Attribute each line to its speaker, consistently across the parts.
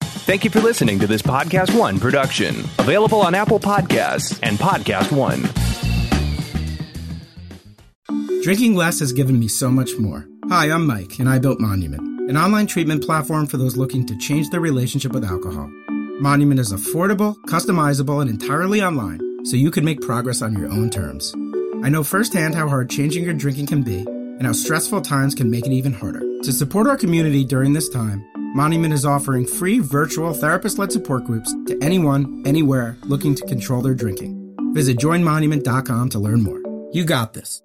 Speaker 1: Thank you for listening to this Podcast One production, available on Apple Podcasts and Podcast One.
Speaker 2: Drinking less has given me so much more. Hi, I'm Mike, and I built Monument, an online treatment platform for those looking to change their relationship with alcohol. Monument is affordable, customizable, and entirely online, so you can make progress on your own terms. I know firsthand how hard changing your drinking can be, and how stressful times can make it even harder. To support our community during this time, Monument is offering free virtual therapist led support groups to anyone, anywhere looking to control their drinking. Visit joinmonument.com to learn more. You got this.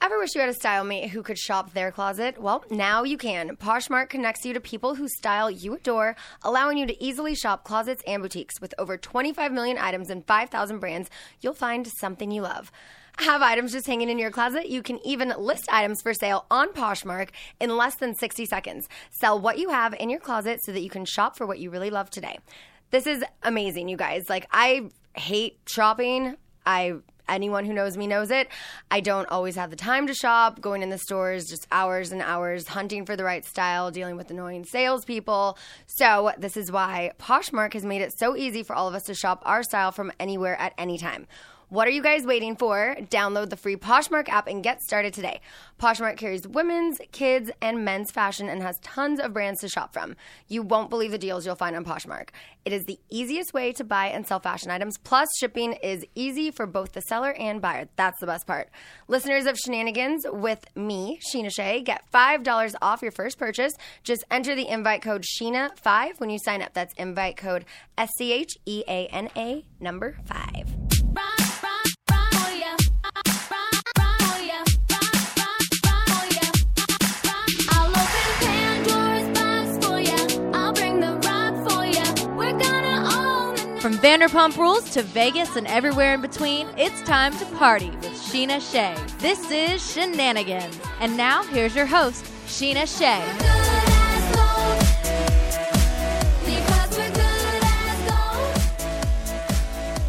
Speaker 3: Ever wish you had a style mate who could shop their closet? Well, now you can. Poshmark connects you to people whose style you adore, allowing you to easily shop closets and boutiques. With over 25 million items and 5,000 brands, you'll find something you love. Have items just hanging in your closet? You can even list items for sale on Poshmark in less than 60 seconds. Sell what you have in your closet so that you can shop for what you really love today. This is amazing, you guys. Like, I hate shopping. I anyone who knows me knows it. I don't always have the time to shop, going in the stores just hours and hours, hunting for the right style, dealing with annoying salespeople. So, this is why Poshmark has made it so easy for all of us to shop our style from anywhere at any time. What are you guys waiting for? Download the free Poshmark app and get started today. Poshmark carries women's, kids, and men's fashion and has tons of brands to shop from. You won't believe the deals you'll find on Poshmark. It is the easiest way to buy and sell fashion items, plus, shipping is easy for both the seller and buyer. That's the best part. Listeners of Shenanigans with me, Sheena Shea, get $5 off your first purchase. Just enter the invite code Sheena5 when you sign up. That's invite code S C H E A N A number 5.
Speaker 4: From Vanderpump Rules to Vegas and everywhere in between, it's time to party with Sheena Shea. This is Shenanigans. And now, here's your host, Sheena Shea.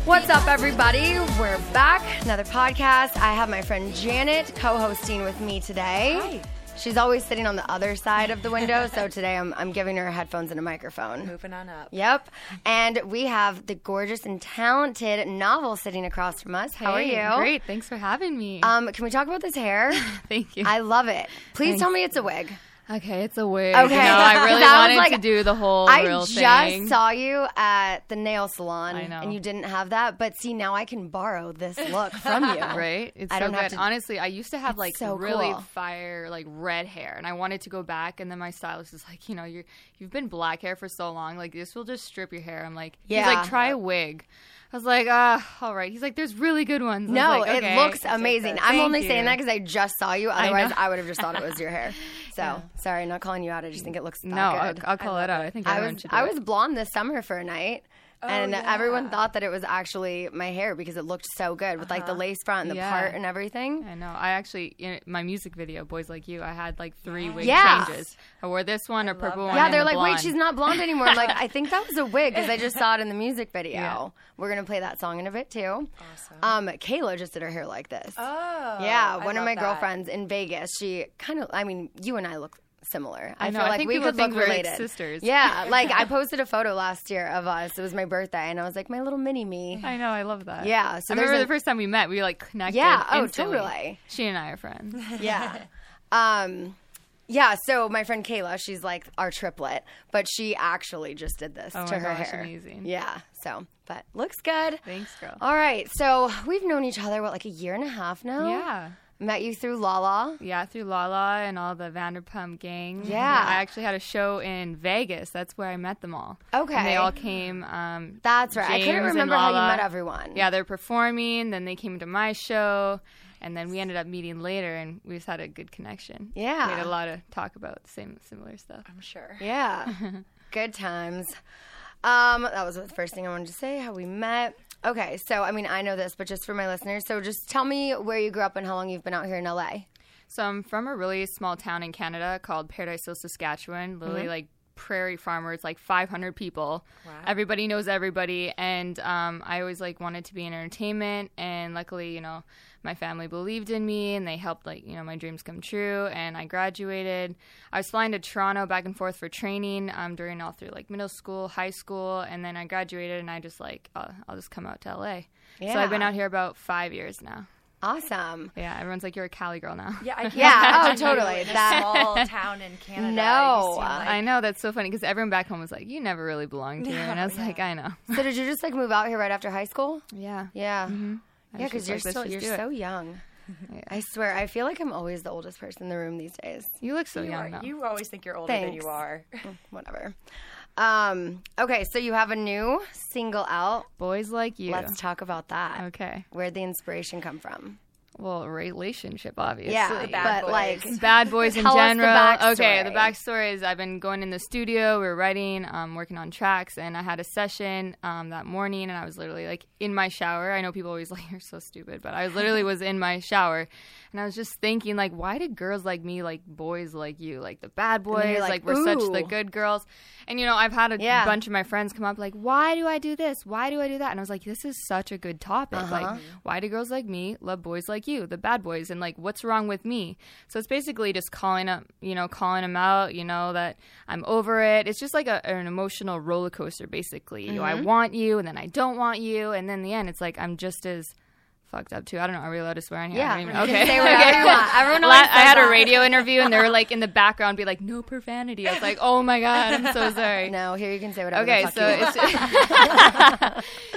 Speaker 3: What's up, everybody? We're back. Another podcast. I have my friend Janet co hosting with me today. She's always sitting on the other side of the window, so today I'm, I'm giving her headphones and a microphone.
Speaker 5: Moving on up.
Speaker 3: Yep. And we have the gorgeous and talented novel sitting across from us. How
Speaker 5: Hey,
Speaker 3: are you?
Speaker 5: Great. Thanks for having me.
Speaker 3: Um, can we talk about this hair?
Speaker 5: Thank you.
Speaker 3: I love it. Please tell me it's a wig.
Speaker 5: okay, it's a wig.
Speaker 3: Okay.
Speaker 5: You know, I really
Speaker 3: 'Cause I was
Speaker 5: wanted
Speaker 3: like,
Speaker 5: to do the whole
Speaker 3: I
Speaker 5: real
Speaker 3: just
Speaker 5: thing.
Speaker 3: saw you at the nail salon,
Speaker 5: I know.
Speaker 3: and you didn't have that. But see, now I can borrow this look from you.
Speaker 5: Right? It's
Speaker 3: I
Speaker 5: so
Speaker 3: don't
Speaker 5: good.
Speaker 3: have to-
Speaker 5: Honestly, I used to have like
Speaker 3: so
Speaker 5: really
Speaker 3: cool.
Speaker 5: fire, like red hair, and I wanted to go back. And then my stylist was like, you know, you you've been black hair for so long, like this will just strip your hair. I'm like, he's
Speaker 3: Yeah.
Speaker 5: like, try a wig. I was like, ah, all right. He's like, there's really good ones. I was
Speaker 3: No,
Speaker 5: like,
Speaker 3: it
Speaker 5: okay,
Speaker 3: looks
Speaker 5: I'll take
Speaker 3: amazing.
Speaker 5: this.
Speaker 3: I'm
Speaker 5: Thank
Speaker 3: only saying
Speaker 5: you.
Speaker 3: that because I just saw you. Otherwise,
Speaker 5: know.
Speaker 3: I, would have just thought it was your hair. So sorry, not calling you out. I just think it looks that
Speaker 5: no, I'll,
Speaker 3: good.
Speaker 5: I'll call it out. I think
Speaker 3: I
Speaker 5: everyone
Speaker 3: was
Speaker 5: should do
Speaker 3: I
Speaker 5: it.
Speaker 3: was blonde this summer for a night.
Speaker 5: Oh,
Speaker 3: and everyone thought that it was actually my hair because it looked so good with like the lace front and the
Speaker 5: Uh-huh. Yeah.
Speaker 3: part and everything.
Speaker 5: I know. I actually in my music video, "Boys Like You," I had like three wig
Speaker 3: Yeah.
Speaker 5: changes. I wore this one, a purple one.
Speaker 3: Yeah,
Speaker 5: and
Speaker 3: they're
Speaker 5: a
Speaker 3: like,
Speaker 5: blonde.
Speaker 3: wait, she's not blonde anymore. I'm like, I think that was a wig because I just saw it in the music video.
Speaker 5: Yeah.
Speaker 3: We're gonna play that song in a bit too. Awesome. Um, Kayla just did her hair like this. Oh, yeah. One of my girlfriends in Vegas. She kind of. I mean, you and I look similar. I,
Speaker 5: know,
Speaker 3: feel
Speaker 5: I
Speaker 3: like
Speaker 5: think
Speaker 3: we
Speaker 5: people
Speaker 3: could look
Speaker 5: think we're, like,
Speaker 3: related.
Speaker 5: sisters.
Speaker 3: Yeah. Like I posted a photo last year of us. It was my birthday, and I was like, my little mini me.
Speaker 5: I know. I love that.
Speaker 3: Yeah, so
Speaker 5: I
Speaker 3: there's
Speaker 5: remember
Speaker 3: a-
Speaker 5: the first time we met, we like connected.
Speaker 3: Yeah, oh,
Speaker 5: instantly.
Speaker 3: totally.
Speaker 5: She and I are friends.
Speaker 3: Yeah. Um. Yeah, so my friend Kayla, she's like our triplet, but she actually just did this
Speaker 5: Oh
Speaker 3: to
Speaker 5: my
Speaker 3: her
Speaker 5: gosh,
Speaker 3: hair.
Speaker 5: amazing.
Speaker 3: Yeah, so but looks good.
Speaker 5: Thanks, girl.
Speaker 3: All right, so we've known each other what like a year and a half now.
Speaker 5: Yeah.
Speaker 3: met you through Lala.
Speaker 5: Yeah, through Lala and all the Vanderpump gang.
Speaker 3: Yeah.
Speaker 5: I actually had a show in Vegas. That's where I met them all. And
Speaker 3: Okay.
Speaker 5: they all came. Um,
Speaker 3: That's right. I
Speaker 5: James
Speaker 3: couldn't
Speaker 5: and
Speaker 3: remember how you
Speaker 5: Lala.
Speaker 3: met everyone.
Speaker 5: Yeah, they're performing. Then they came to my show, and then we ended up meeting later, and we just had a good connection.
Speaker 3: Yeah.
Speaker 5: we had a lot of talk about the same similar stuff. I'm sure.
Speaker 3: Yeah. Good times. Um, that was the first thing I wanted to say, how we met. Okay, so I mean, I know this, but just for my listeners, so just tell me where you grew up and how long you've been out here in LA.
Speaker 5: So I'm from a really small town in Canada called Paradise Hill, Saskatchewan. Literally, like prairie farmer. It's like 500 people. Everybody knows everybody, and um, I always like wanted to be in entertainment. And luckily, you know, my family believed in me, and they helped like you know my dreams come true. And I graduated. I was flying to Toronto back and forth for training um, during all through like middle school, high school, and then I graduated, and I just like uh, I'll just come out to LA. So I've been
Speaker 3: Yeah.
Speaker 5: out here about five years now.
Speaker 3: Awesome.
Speaker 5: Yeah, everyone's like you're a Cali girl now.
Speaker 6: Yeah, I can't
Speaker 3: Yeah,
Speaker 6: imagine
Speaker 3: oh,
Speaker 6: you
Speaker 3: totally.
Speaker 6: In a
Speaker 3: That-
Speaker 6: small town in Canada. You
Speaker 3: No.
Speaker 6: seem like-
Speaker 5: I know that's so funny because everyone back home was like, "You never really belonged here," and I was like, "I know."
Speaker 3: So did you just like move out here right after high school?
Speaker 5: Yeah.
Speaker 3: Yeah.
Speaker 5: Mm-hmm. I
Speaker 3: Mm-hmm. Yeah, because
Speaker 5: was just
Speaker 3: you're
Speaker 5: like, let's
Speaker 3: still
Speaker 5: just
Speaker 3: you're
Speaker 5: do it.
Speaker 3: so young. I swear, I feel like I'm always the oldest person in the room these days.
Speaker 5: You look so
Speaker 6: you,
Speaker 5: young
Speaker 6: are-
Speaker 5: though.
Speaker 6: you always think you're older than
Speaker 3: Thanks.
Speaker 6: you are.
Speaker 3: Whatever. Um, okay, so you have a new single out.
Speaker 5: Boys like you.
Speaker 3: Let's talk about that.
Speaker 5: okay.
Speaker 3: Where'd the inspiration come from?
Speaker 5: Well, relationship, obviously.
Speaker 3: yeah,
Speaker 6: bad
Speaker 3: but
Speaker 6: boys.
Speaker 3: like
Speaker 5: Bad boys in
Speaker 3: Tell us the
Speaker 5: general. okay,
Speaker 3: backstory.
Speaker 5: the backstory is I've been going in the studio, we were writing, um, working on tracks, and I had a session um, that morning, and I was literally like in my shower. I know people always like you're so stupid, but I literally was in my shower, and I was just thinking like, why did girls like me like boys like you, like the bad
Speaker 3: then you're
Speaker 5: boys,
Speaker 3: like,
Speaker 5: like, we're such the
Speaker 3: "Ooh."
Speaker 5: good girls, and you know I've had a
Speaker 3: Yeah.
Speaker 5: bunch of my friends come up like, why do I do this? Why do I do that? And I was like, this is such a good topic.
Speaker 3: Uh-huh.
Speaker 5: Like, why do girls like me love boys like you, the bad boys, and like what's wrong with me? So it's basically just calling up, you know, calling them out. You know that I'm over it. It's just like a, an emotional roller coaster, basically. You know,
Speaker 3: Mm-hmm.
Speaker 5: I want you, and then I don't want you, and then in the end, it's like I'm just as fucked up too. I don't know. Are we allowed to swear on here?
Speaker 3: Yeah,
Speaker 5: I don't even,
Speaker 3: you can
Speaker 5: okay.
Speaker 3: say whatever you want. Everyone always
Speaker 5: La- I
Speaker 3: says
Speaker 5: had
Speaker 3: that.
Speaker 5: a radio interview, and they were like in the background, be like, "No profanity." I was like, "Oh my god, I'm so sorry."
Speaker 3: no, here you can say whatever.
Speaker 5: Okay,
Speaker 3: the fuck
Speaker 5: so
Speaker 3: you want.
Speaker 5: it's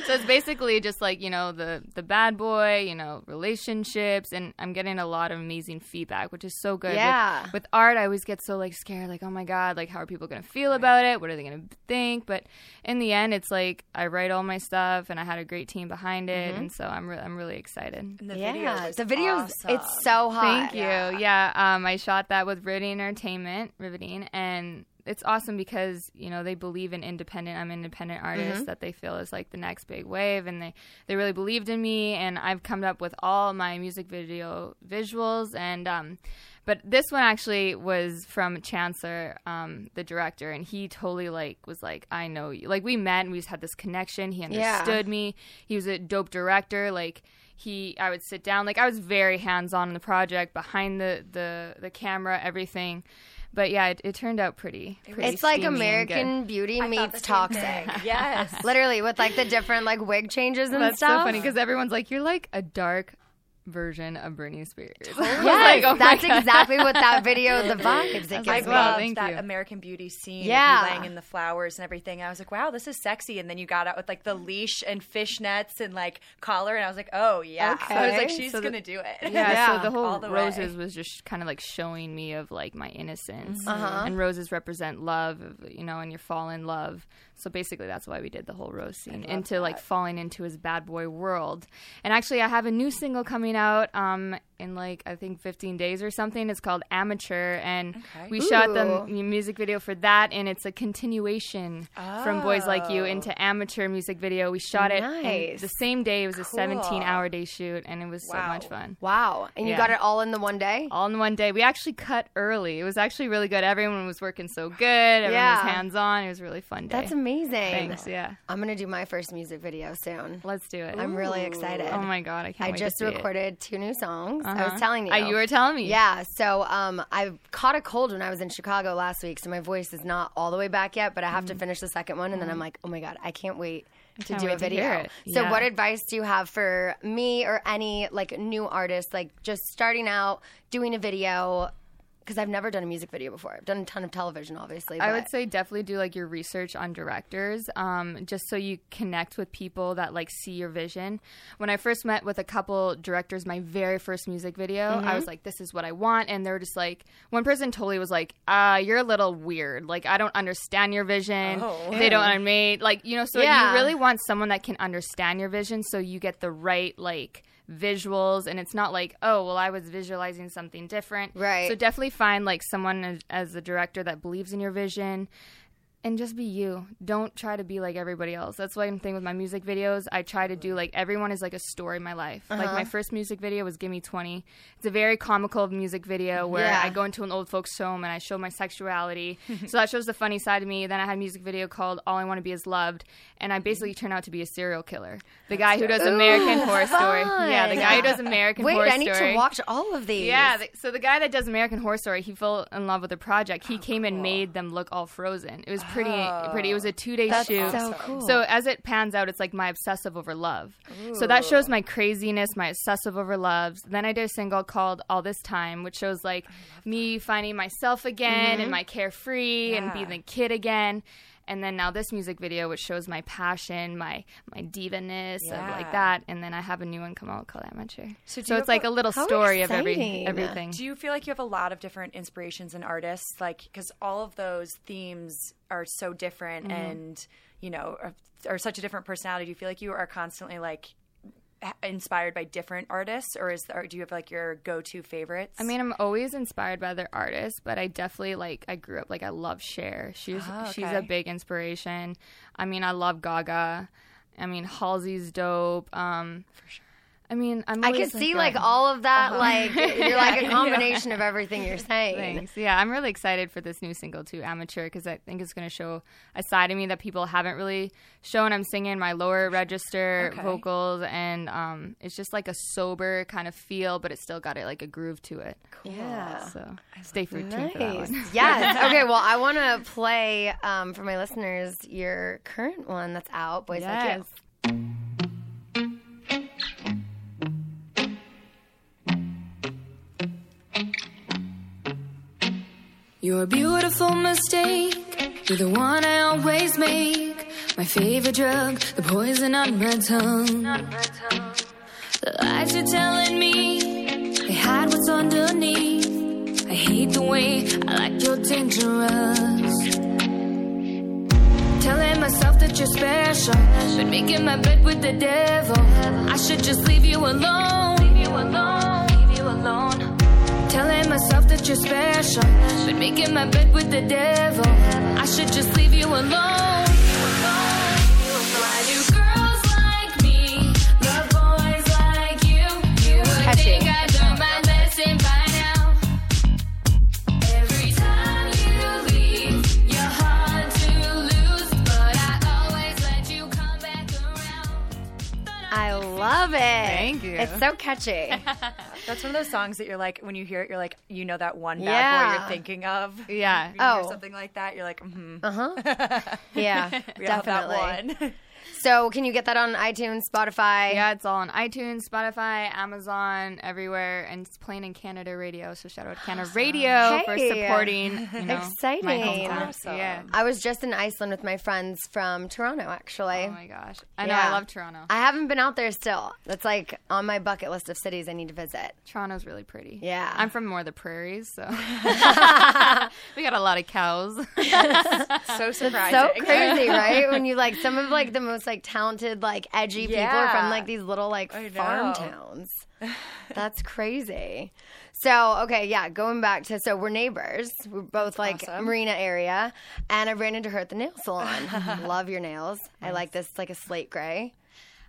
Speaker 5: so it's basically just like you know the the bad boy, you know relationships, and I'm getting a lot of amazing feedback, which is so good. With-
Speaker 3: Yeah.
Speaker 5: With, art, I always get so like scared, like oh my god, like how are people gonna feel about it? What are they gonna think? But in the end, it's like I write all my stuff, and I had a great team behind it,
Speaker 3: Mm-hmm.
Speaker 5: and so I'm re- I'm really excited.
Speaker 6: And the
Speaker 3: yeah,
Speaker 6: video
Speaker 3: the videos. It's so hot.
Speaker 5: Thank you. Yeah, um, I shot that with Riveting Entertainment, Riveting, and it's awesome because you know they believe in independent. I'm an independent artist that they feel is like the next big wave, and they they really believed in me. And I've come up with all my music video visuals, and um, but this one actually was from Chancellor, um, the director, and he totally like was like, I know you. Like we met and we just had this connection. He
Speaker 3: Yeah.
Speaker 5: understood understood me. He was a dope director. Like he, I would sit down. Like I was very hands on in the project, behind the the the camera, everything. But yeah, it, it turned out pretty. pretty
Speaker 3: It's like
Speaker 5: steamy and good.
Speaker 3: American Beauty meets Toxic.
Speaker 6: Yes.
Speaker 3: Literally, with like the different like wig changes and
Speaker 5: That's
Speaker 3: stuff.
Speaker 5: so funny because everyone's like, you're like a dark version of Britney Spears. I was
Speaker 3: Yes,
Speaker 5: like, oh my
Speaker 3: that's
Speaker 5: God.
Speaker 3: exactly what that video, the vibes it gives
Speaker 5: like,
Speaker 3: me.
Speaker 5: wow,
Speaker 6: loved
Speaker 5: thank
Speaker 6: that
Speaker 5: you.
Speaker 6: American Beauty scene.
Speaker 3: Yeah.
Speaker 6: Yeah, laying in the flowers and everything. I was like, wow, this is sexy. And then you got out with like the leash and fishnets and like collar, and I was like, oh yeah. So I was like,
Speaker 3: Okay.
Speaker 6: she's
Speaker 5: So the-
Speaker 6: gonna do it.
Speaker 5: Yeah,
Speaker 3: Yeah.
Speaker 5: so the whole
Speaker 6: All the way.
Speaker 5: roses was just kind of like showing me of like my innocence, and roses represent love, you know, and you fall in love. So basically, that's why we did the whole rose scene into like falling into his bad boy world. And actually, I have a new single coming out um, in like I think 15 days or something. It's called Amateur, and we shot the m- music video for that, and it's a continuation from Boys Like You into Amateur music video. We shot it in
Speaker 3: Nice.
Speaker 5: the same day. It was a 17-hour day shoot, and it was so much fun
Speaker 3: Wow, and you
Speaker 5: Yeah.
Speaker 3: got it all in the one day.
Speaker 5: all in one day. We actually cut early. It was actually really good. Everyone was working so good. Everyone
Speaker 3: Yeah.
Speaker 5: was hands on. It was a really fun day.
Speaker 3: That's amazing.
Speaker 5: Thanks. Yeah.
Speaker 3: I'm gonna do my first music video soon.
Speaker 5: Let's do it.
Speaker 3: I'm really excited.
Speaker 5: Oh my god, I can't.
Speaker 3: I
Speaker 5: wait
Speaker 3: just
Speaker 5: to see it.
Speaker 3: recorded two new songs. I
Speaker 5: Uh-huh.
Speaker 3: was telling you.
Speaker 5: Uh, you were telling me.
Speaker 3: Yeah. So um, I caught a cold when I was in Chicago last week, so my voice is not all the way back yet, but I have to finish the second one, and then I'm like, oh my god, I can't wait to
Speaker 5: Mm-hmm. can't
Speaker 3: do a
Speaker 5: wait to hear
Speaker 3: video.
Speaker 5: it.
Speaker 3: So
Speaker 5: Yeah.
Speaker 3: what advice do you have for me or any like new artist, like just starting out doing a video? Because I've never done a music video before. I've done a ton of television, obviously.
Speaker 5: I
Speaker 3: but-
Speaker 5: would say definitely do like your research on directors, um, just so you connect with people that like see your vision. When I first met with a couple directors, my very first music video, I
Speaker 3: Mm-hmm.
Speaker 5: was like, "This is what I want," and they're just like, one person totally was like, "Uh, you're a little weird. Like, I don't understand your vision. they don't animate. Like, you know, so
Speaker 3: Oh. Yeah.
Speaker 5: you really want someone that can understand your vision, so you get the right like." visuals and it's not like oh well i was visualizing something different
Speaker 3: Right.
Speaker 5: so definitely find like someone as, as a director that believes in your vision and just be you. Don't try to be like everybody else. That's one thing with my music videos. I try to do like everyone is like a story in my life. Like
Speaker 3: Uh-huh.
Speaker 5: my first music video was "Give Me 20. It's a very comical music video where
Speaker 3: Yeah.
Speaker 5: I go into an old folks home and I show my sexuality. so that shows the funny side of me. Then I had a music video called "All I Want to Be Is Loved," and I basically turn out to be a serial killer, the guy who does American Horror Story. Yeah, the guy who does American
Speaker 3: Wait,
Speaker 5: Horror
Speaker 3: I need
Speaker 5: Story.
Speaker 3: to watch all of these.
Speaker 5: Yeah, th- so the guy that does American Horror Story, he fell in love with the project. He came and made them look all frozen. It was pretty, pretty. It was a two day
Speaker 3: That's
Speaker 5: shoot.
Speaker 3: so cool.
Speaker 5: So as it pans out, it's like my obsessive over love. So that shows my craziness, my obsessive over loves. Then I did a single called All This Time, which shows like me finding myself again
Speaker 6: Mm-hmm.
Speaker 5: and my carefree and being the kid again. And then now this music video, which shows my passion, my my divaness, of
Speaker 6: Yeah.
Speaker 5: like that. And then I have a new one come out called Amateur.
Speaker 6: So
Speaker 5: So,
Speaker 6: do you
Speaker 5: it's
Speaker 6: have
Speaker 5: like
Speaker 6: a-
Speaker 5: a little
Speaker 3: How
Speaker 5: story of every
Speaker 3: exciting.
Speaker 5: everything.
Speaker 6: Do you feel like you have a lot of different inspirations and artists? Like, because all of those themes are so different and, you know, are, are such a different personality. Do you feel like you are constantly like h- inspired by different artists or is or do you have like your go-to favorites?
Speaker 5: I mean, I'm always inspired by other artists, but I definitely like I grew up like I love Cher. She's
Speaker 6: Ah,
Speaker 5: she's
Speaker 6: okay.
Speaker 5: a big inspiration. I mean, I love Gaga. I mean, Halsey's dope. Um, For sure. I mean, I'm.
Speaker 3: I can
Speaker 5: always, Uh-huh.
Speaker 3: see
Speaker 5: a-
Speaker 3: like all of that. Like you're like a combination of everything you're saying.
Speaker 5: Thanks. Yeah, I'm really excited for this new single too, Amateur, because I think it's going to show a side of me that people haven't really shown. I'm singing my lower register
Speaker 6: Okay.
Speaker 5: vocals, and um, it's just like a sober kind of feel, but it's still got it like a groove to it.
Speaker 3: Yeah.
Speaker 5: So stay for tuned for that
Speaker 3: Nice.
Speaker 5: one.
Speaker 3: yes. Okay. Well, I want to play um, for my listeners your current one that's out, Boys Like You.
Speaker 5: Yes.
Speaker 7: You're a beautiful mistake. You're the one I always make. My favorite drug, the poison on my tongue. The lies you're telling me, they hide what's underneath. I hate the way I like you're dangerous. Telling myself that you're special, but making my bed with the devil. I should just leave you alone. Leave you alone. Leave you alone. Telling myself that you're special, but making my bed with the devil. I should just leave you alone. Why do girls like me love boys like you? You would think I'd learn my lesson by now. Every time you leave, you're hard to lose, but I always let you come back around.
Speaker 3: I love it. Thank
Speaker 5: you.
Speaker 3: It's so catchy.
Speaker 6: That's one of those songs that you're like when you hear it, you're like, you know that one bad boy
Speaker 3: Yeah.
Speaker 6: you're thinking of.
Speaker 5: Yeah.
Speaker 6: Or
Speaker 3: Oh.
Speaker 6: something like that. You're like, mm-hmm.
Speaker 3: yeah,
Speaker 6: we all have
Speaker 3: definitely.
Speaker 6: That one.
Speaker 3: So, can you get that on iTunes, Spotify?
Speaker 5: Yeah, it's all on iTunes, Spotify, Amazon, everywhere, and it's playing in Canada Radio. So shout out to Canada Radio for
Speaker 3: Hey.
Speaker 5: supporting. You know, My
Speaker 3: Exciting.
Speaker 5: hometown.
Speaker 6: Awesome.
Speaker 5: Yeah.
Speaker 3: I was just in Iceland with my friends from Toronto, actually.
Speaker 5: Oh my gosh, I know. I
Speaker 3: Yeah.
Speaker 5: love Toronto.
Speaker 3: I haven't been out there still. That's like on my bucket list of cities I need to visit.
Speaker 5: Toronto's really pretty.
Speaker 3: Yeah.
Speaker 5: I'm from more the prairies, so we got a lot of cows.
Speaker 6: so surprising.
Speaker 3: So crazy, right? When you like some of like the most like talented, like edgy people are from
Speaker 6: Yeah.
Speaker 3: like these little like
Speaker 6: I
Speaker 3: farm
Speaker 6: know.
Speaker 3: towns. That's crazy. So okay, yeah, going back to so we're neighbors. We're both like Marina area, and I ran into her at the nail salon. Love your nails. I like this like a slate gray.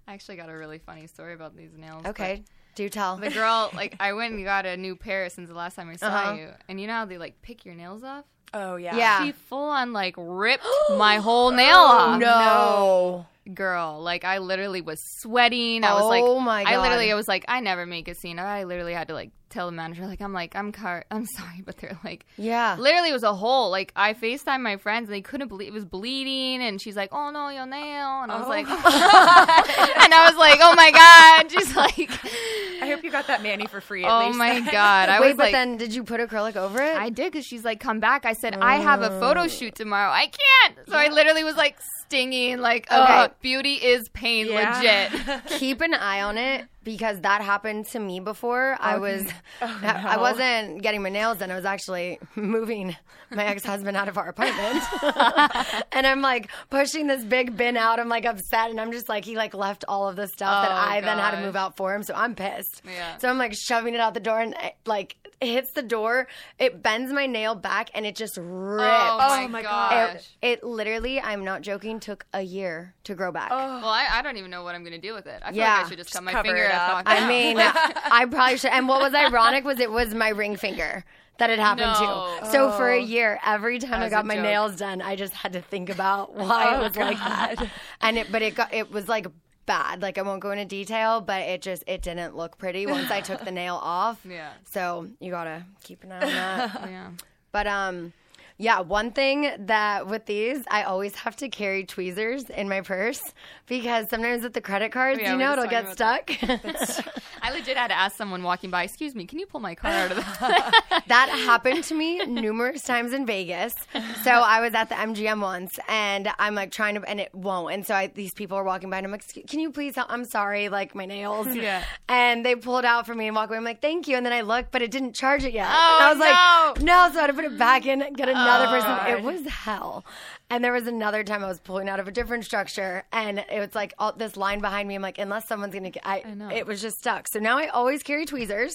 Speaker 5: I actually got a really funny story about these nails. but
Speaker 3: Okay, do tell.
Speaker 5: The girl, like, I went and got a new pair since the last time I saw you, and you know how they like pick your nails off?
Speaker 6: Oh yeah.
Speaker 3: Uh-huh. Yeah. Oh,
Speaker 5: She full on like ripped my whole nail off.
Speaker 3: no.
Speaker 5: girl. Like I literally was sweating. I was like,
Speaker 3: Oh, my
Speaker 5: I
Speaker 3: God.
Speaker 5: literally, I was like, I never make a scene. I literally had to like tell the manager, like, I'm like, I'm car, I'm sorry, but they're like,
Speaker 3: Yeah.
Speaker 5: literally, it was a hole. Like I Facetime my friends, and they couldn't believe it was bleeding, and she's like, Oh no, your nail, and I was like,
Speaker 3: Oh.
Speaker 5: and I was like, Oh my God, she's like,
Speaker 6: I hope you got that Manny for free. At
Speaker 5: Oh
Speaker 6: least.
Speaker 5: my God, I
Speaker 3: Wait,
Speaker 5: was
Speaker 3: but
Speaker 5: like.
Speaker 3: then did you put acrylic over it?
Speaker 5: I did because she's like, come back. I said, I have a
Speaker 3: Oh.
Speaker 5: photo shoot tomorrow. I can't. So I literally was like stinging, like, oh, beauty is pain,
Speaker 6: Yeah.
Speaker 5: legit.
Speaker 3: Keep an eye on it because that happened to me before.
Speaker 5: Oh,
Speaker 3: I was, I I wasn't getting my nails done. I was actually moving my ex husband out of our apartment, and I'm like pushing this big bin out. I'm like upset, and I'm just like he like left all of the stuff that
Speaker 5: Oh,
Speaker 3: I then had to
Speaker 5: gosh.
Speaker 3: move out for him. So I'm pissed.
Speaker 5: Yeah.
Speaker 3: So I'm like shoving it out the door, and it, like it hits the door. It bends my nail back, and it just rips.
Speaker 5: Oh, my
Speaker 6: my
Speaker 5: gosh.
Speaker 3: It, it literally, I'm not joking, took a year to grow back.
Speaker 5: well, I, I don't even know what I'm gonna do with it. I feel
Speaker 3: Yeah.
Speaker 5: like I should just cut my
Speaker 6: cover
Speaker 5: finger
Speaker 6: it
Speaker 5: up.
Speaker 6: up.
Speaker 3: I mean, I probably should. And what was ironic was it was my ring finger that it happened
Speaker 5: No.
Speaker 3: to. So for a year, every time I
Speaker 5: As
Speaker 3: got
Speaker 5: a
Speaker 3: my
Speaker 5: joke. Oh,
Speaker 3: nails done, I just had to think about why it was like that. And it, but it got, it was like bad. Like I won't go into detail, but it just it didn't look pretty once I took the nail off.
Speaker 5: Yeah.
Speaker 3: So you gotta keep an eye on that.
Speaker 5: yeah.
Speaker 3: But um, yeah, one thing that with these, I always have to carry tweezers in my purse because sometimes with the credit cards,
Speaker 5: Oh, Yeah,
Speaker 3: you
Speaker 5: we
Speaker 3: know,
Speaker 5: were
Speaker 3: it'll
Speaker 5: just
Speaker 3: get stuck.
Speaker 5: talking I legit had to ask someone walking by, "Excuse me, can you pull my car out of the?"
Speaker 3: that happened to me numerous times in Vegas. So I was at the MGM once, and I'm like trying to, and it won't. And so I, these people are walking by, and I'm like, "Excuse- "Can you please help? I'm sorry, like my nails."
Speaker 5: Yeah.
Speaker 3: And they pulled out for me and walk away. I'm like, "Thank you," and then I look, but it didn't charge it yet.
Speaker 5: Oh,
Speaker 3: and I was like,
Speaker 5: no. Oh,
Speaker 3: "No!" So I had to put it back in, get another person. It was hell. And there was another time I was pulling out of a different structure, and it was like all, this line behind me. I'm like, unless someone's gonna get, I,
Speaker 5: know.
Speaker 3: it was just stuck. So now I always carry tweezers.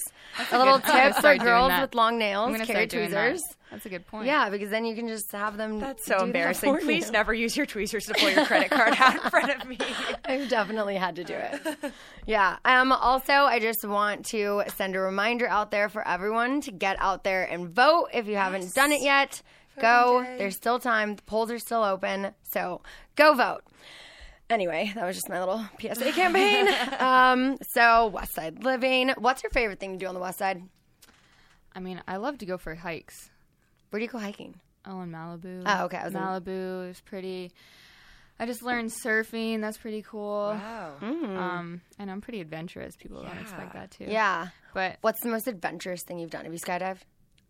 Speaker 3: A little
Speaker 5: I'm gonna
Speaker 3: tip for
Speaker 5: start doing
Speaker 3: girls
Speaker 5: that.
Speaker 3: with long nails.
Speaker 5: I'm gonna
Speaker 3: carry
Speaker 5: start doing
Speaker 3: tweezers.
Speaker 5: that. That's a good point.
Speaker 3: Yeah, because then you can just have them.
Speaker 6: That's so
Speaker 3: do that
Speaker 6: embarrassing.
Speaker 3: for you.
Speaker 6: Please never use your tweezers to pull your credit card out in front of me.
Speaker 3: I've definitely had to do it. Yeah. Um, also, I just want to send a reminder out there for everyone to get out there and vote. If you haven't done it yet, go. There's still time. The polls are still open. So go vote. Anyway, that was just my little PSA campaign. um, so, West Side Living. What's your favorite thing to do on the West Side?
Speaker 5: I mean, I love to go for hikes.
Speaker 3: Where do you go hiking?
Speaker 5: Oh, in Malibu.
Speaker 3: Oh, okay, I was in-
Speaker 5: Malibu is pretty. I just learned surfing. That's pretty cool. Wow. Um, and I'm pretty adventurous. People don't expect that too.
Speaker 3: Mm. Yeah.
Speaker 5: But
Speaker 3: What's the most adventurous thing you've done? Have you skydived?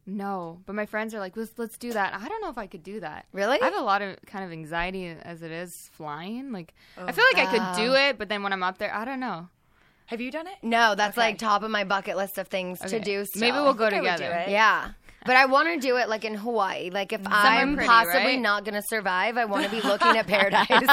Speaker 5: no. But my friends are like, let's let's do that. I don't know if I could do that.
Speaker 3: Really?
Speaker 5: I have a lot of kind of anxiety as it is flying. Like I feel like I could do it, but then when I'm up there, I don't know.
Speaker 6: Have you done it?
Speaker 3: No, that's like top of my bucket list of things to
Speaker 5: Okay.
Speaker 3: do. Still.
Speaker 5: Maybe we'll go
Speaker 6: I would do
Speaker 5: together.
Speaker 6: it.
Speaker 3: Yeah. But I want to do it like in Hawaii. Like if I'm
Speaker 5: pretty,
Speaker 3: possibly
Speaker 5: right?
Speaker 3: not going to survive, I want to be looking at paradise.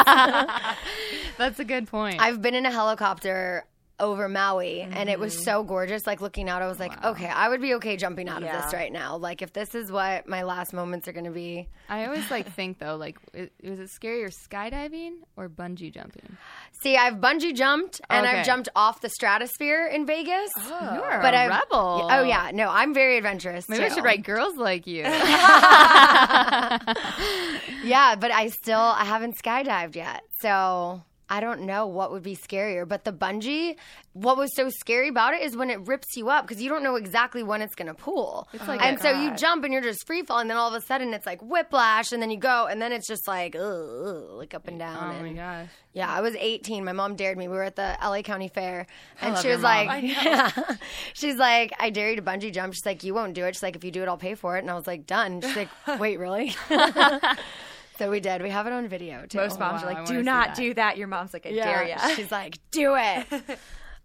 Speaker 5: That's a good point.
Speaker 3: I've been in a helicopter over Maui and it
Speaker 5: Mm-hmm.
Speaker 3: was so gorgeous. Like looking out, I was like, okay, I would be okay jumping out of this
Speaker 6: Yeah.
Speaker 3: right now. Like if this is what my last moments are going to be.
Speaker 5: I always like think though, like, i- was it scarier skydiving or bungee jumping?
Speaker 3: See, I've bungee jumped and I've
Speaker 5: Okay. Oh,
Speaker 3: jumped off the stratosphere in Vegas.
Speaker 5: You're
Speaker 3: But
Speaker 5: a
Speaker 3: I've-
Speaker 5: rebel.
Speaker 3: Oh, yeah. No, I'm very adventurous.
Speaker 5: Maybe I
Speaker 3: too.
Speaker 5: should write girls like you. Oh,
Speaker 3: Yeah, but I still I haven't skydived yet. So I don't know what would be scarier, but the bungee, what was so scary about it is when it rips you up because you don't know exactly when it's going to pull.
Speaker 5: like oh
Speaker 3: and
Speaker 5: a-
Speaker 3: so you jump and you're just free falling, then all of a sudden it's like whiplash, and then you go, and then it's just like, ugh, ugh, like up and down.
Speaker 5: Oh my
Speaker 3: and-
Speaker 5: gosh.
Speaker 3: yeah, I was 18. My mom dared me. We were at the LA County Fair, and she
Speaker 5: your
Speaker 3: was like, "She's like, I dare you to bungee jump." She's like, "You won't do it." She's like, "If you do it, I'll pay for it." And I was like, "Done." She's like, "Wait, really?" so we did. We have it on video too.
Speaker 6: Most moms
Speaker 5: Oh, wow,
Speaker 6: are
Speaker 5: I
Speaker 6: like,
Speaker 5: wanna
Speaker 6: do
Speaker 5: see
Speaker 6: not
Speaker 5: that."
Speaker 6: do that. Your mom's like, I dare ya.
Speaker 3: She's like, "Do it."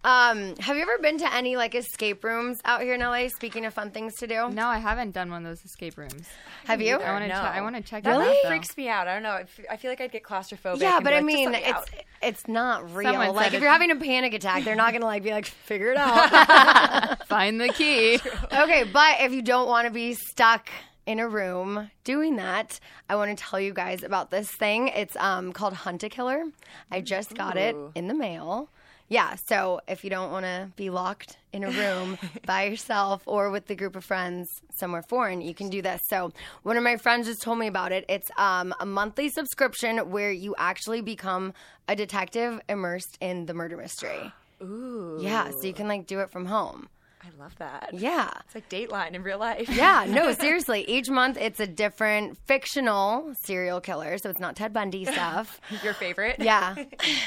Speaker 3: um, have you ever been to any like escape rooms out here in LA? Speaking of fun things to do,
Speaker 5: No, I haven't done one of those escape rooms.
Speaker 3: have you?
Speaker 5: I want to.
Speaker 6: No.
Speaker 5: I want to check
Speaker 6: That
Speaker 5: it out.
Speaker 6: really
Speaker 5: though.
Speaker 6: freaks me out. I don't know. I f- I feel like I'd get claustrophobic.
Speaker 3: Yeah,
Speaker 6: and
Speaker 3: but
Speaker 6: be
Speaker 3: I
Speaker 6: like, "Just
Speaker 3: mean,
Speaker 6: let me
Speaker 3: it's
Speaker 6: out."
Speaker 3: it's not real.
Speaker 5: Someone
Speaker 3: like
Speaker 5: said
Speaker 3: if
Speaker 5: it-
Speaker 3: you're having a panic attack, they're not gonna like be like, "Figure it out."
Speaker 5: Find the key.
Speaker 3: Okay, but if you don't want to be stuck in a room doing that, I want to tell you guys about this thing. It's um, called Hunt a Killer. I just got it in the mail. Yeah, so if you don't want to be locked in a room by yourself or with the group of friends somewhere foreign, you can do this. So, one of my friends just told me about it. It's um, a monthly subscription where you actually become a detective immersed in the murder mystery. Ooh. Yeah, so you can like do it from home.
Speaker 6: I love that.
Speaker 3: Yeah.
Speaker 6: It's like Dateline in real life.
Speaker 3: Yeah, no, seriously. Each month it's a different fictional serial killer, so it's not Ted Bundy stuff.
Speaker 6: Your favorite?
Speaker 3: Yeah.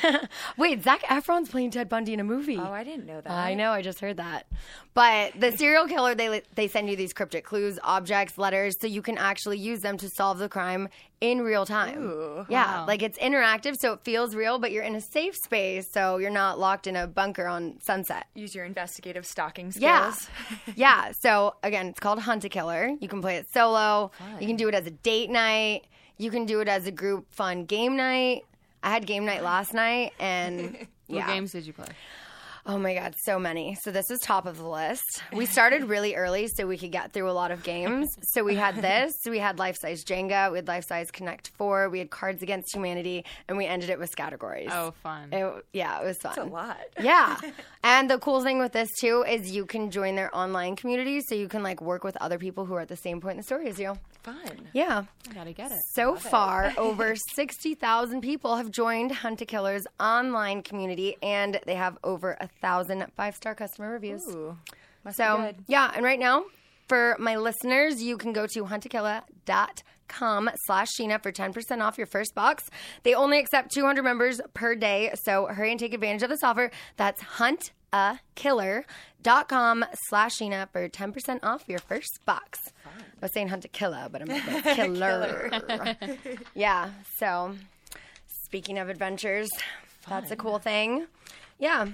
Speaker 3: Wait, Zach Efron's playing Ted Bundy in a movie.
Speaker 6: Oh, I didn't know that.
Speaker 3: I know, I just heard that. But the serial killer, they they send you these cryptic clues, objects, letters, so you can actually use them to solve the crime in real time. yeah, like it's interactive, so it feels real, but you're in a safe space, so you're not locked in a bunker on Sunset.
Speaker 6: Use your investigative stalking skills.
Speaker 3: Yeah. yeah. So again, it's called Hunt a Killer. You can play it solo. You can do it as a date night. You can do it as a group fun game night. I had game night last night and
Speaker 5: What
Speaker 3: yeah.
Speaker 5: games did you play?
Speaker 3: Oh my god, so many. So this was top of the list. We started really early so we could get through a lot of games. So we had this, we had life size Jenga, we had life size Connect 4, we had Cards Against Humanity, and we ended it with categories.
Speaker 5: Oh, fun.
Speaker 3: It- yeah, it was fun.
Speaker 6: A lot.
Speaker 3: Yeah. And the cool thing with this too is you can join their online community so you can like work with other people who are at the same point in the story as you.
Speaker 6: Fun.
Speaker 3: Yeah.
Speaker 5: Gotta get it.
Speaker 3: So far, over 60,000 people have joined Hunt a Killer's online community and they have over a thousand five star customer reviews. so,
Speaker 6: good.
Speaker 3: yeah. And right now, for my listeners, you can go to huntakilla.com slash Sheena for 10% off your first box. They only accept 200 members per day, so hurry and take advantage of this offer. That's huntakiller.com slash Sheena for 10% off your first box. I was saying hunt a killer, but I'm like killer. yeah, so speaking of adventures, that's a cool thing. Yeah.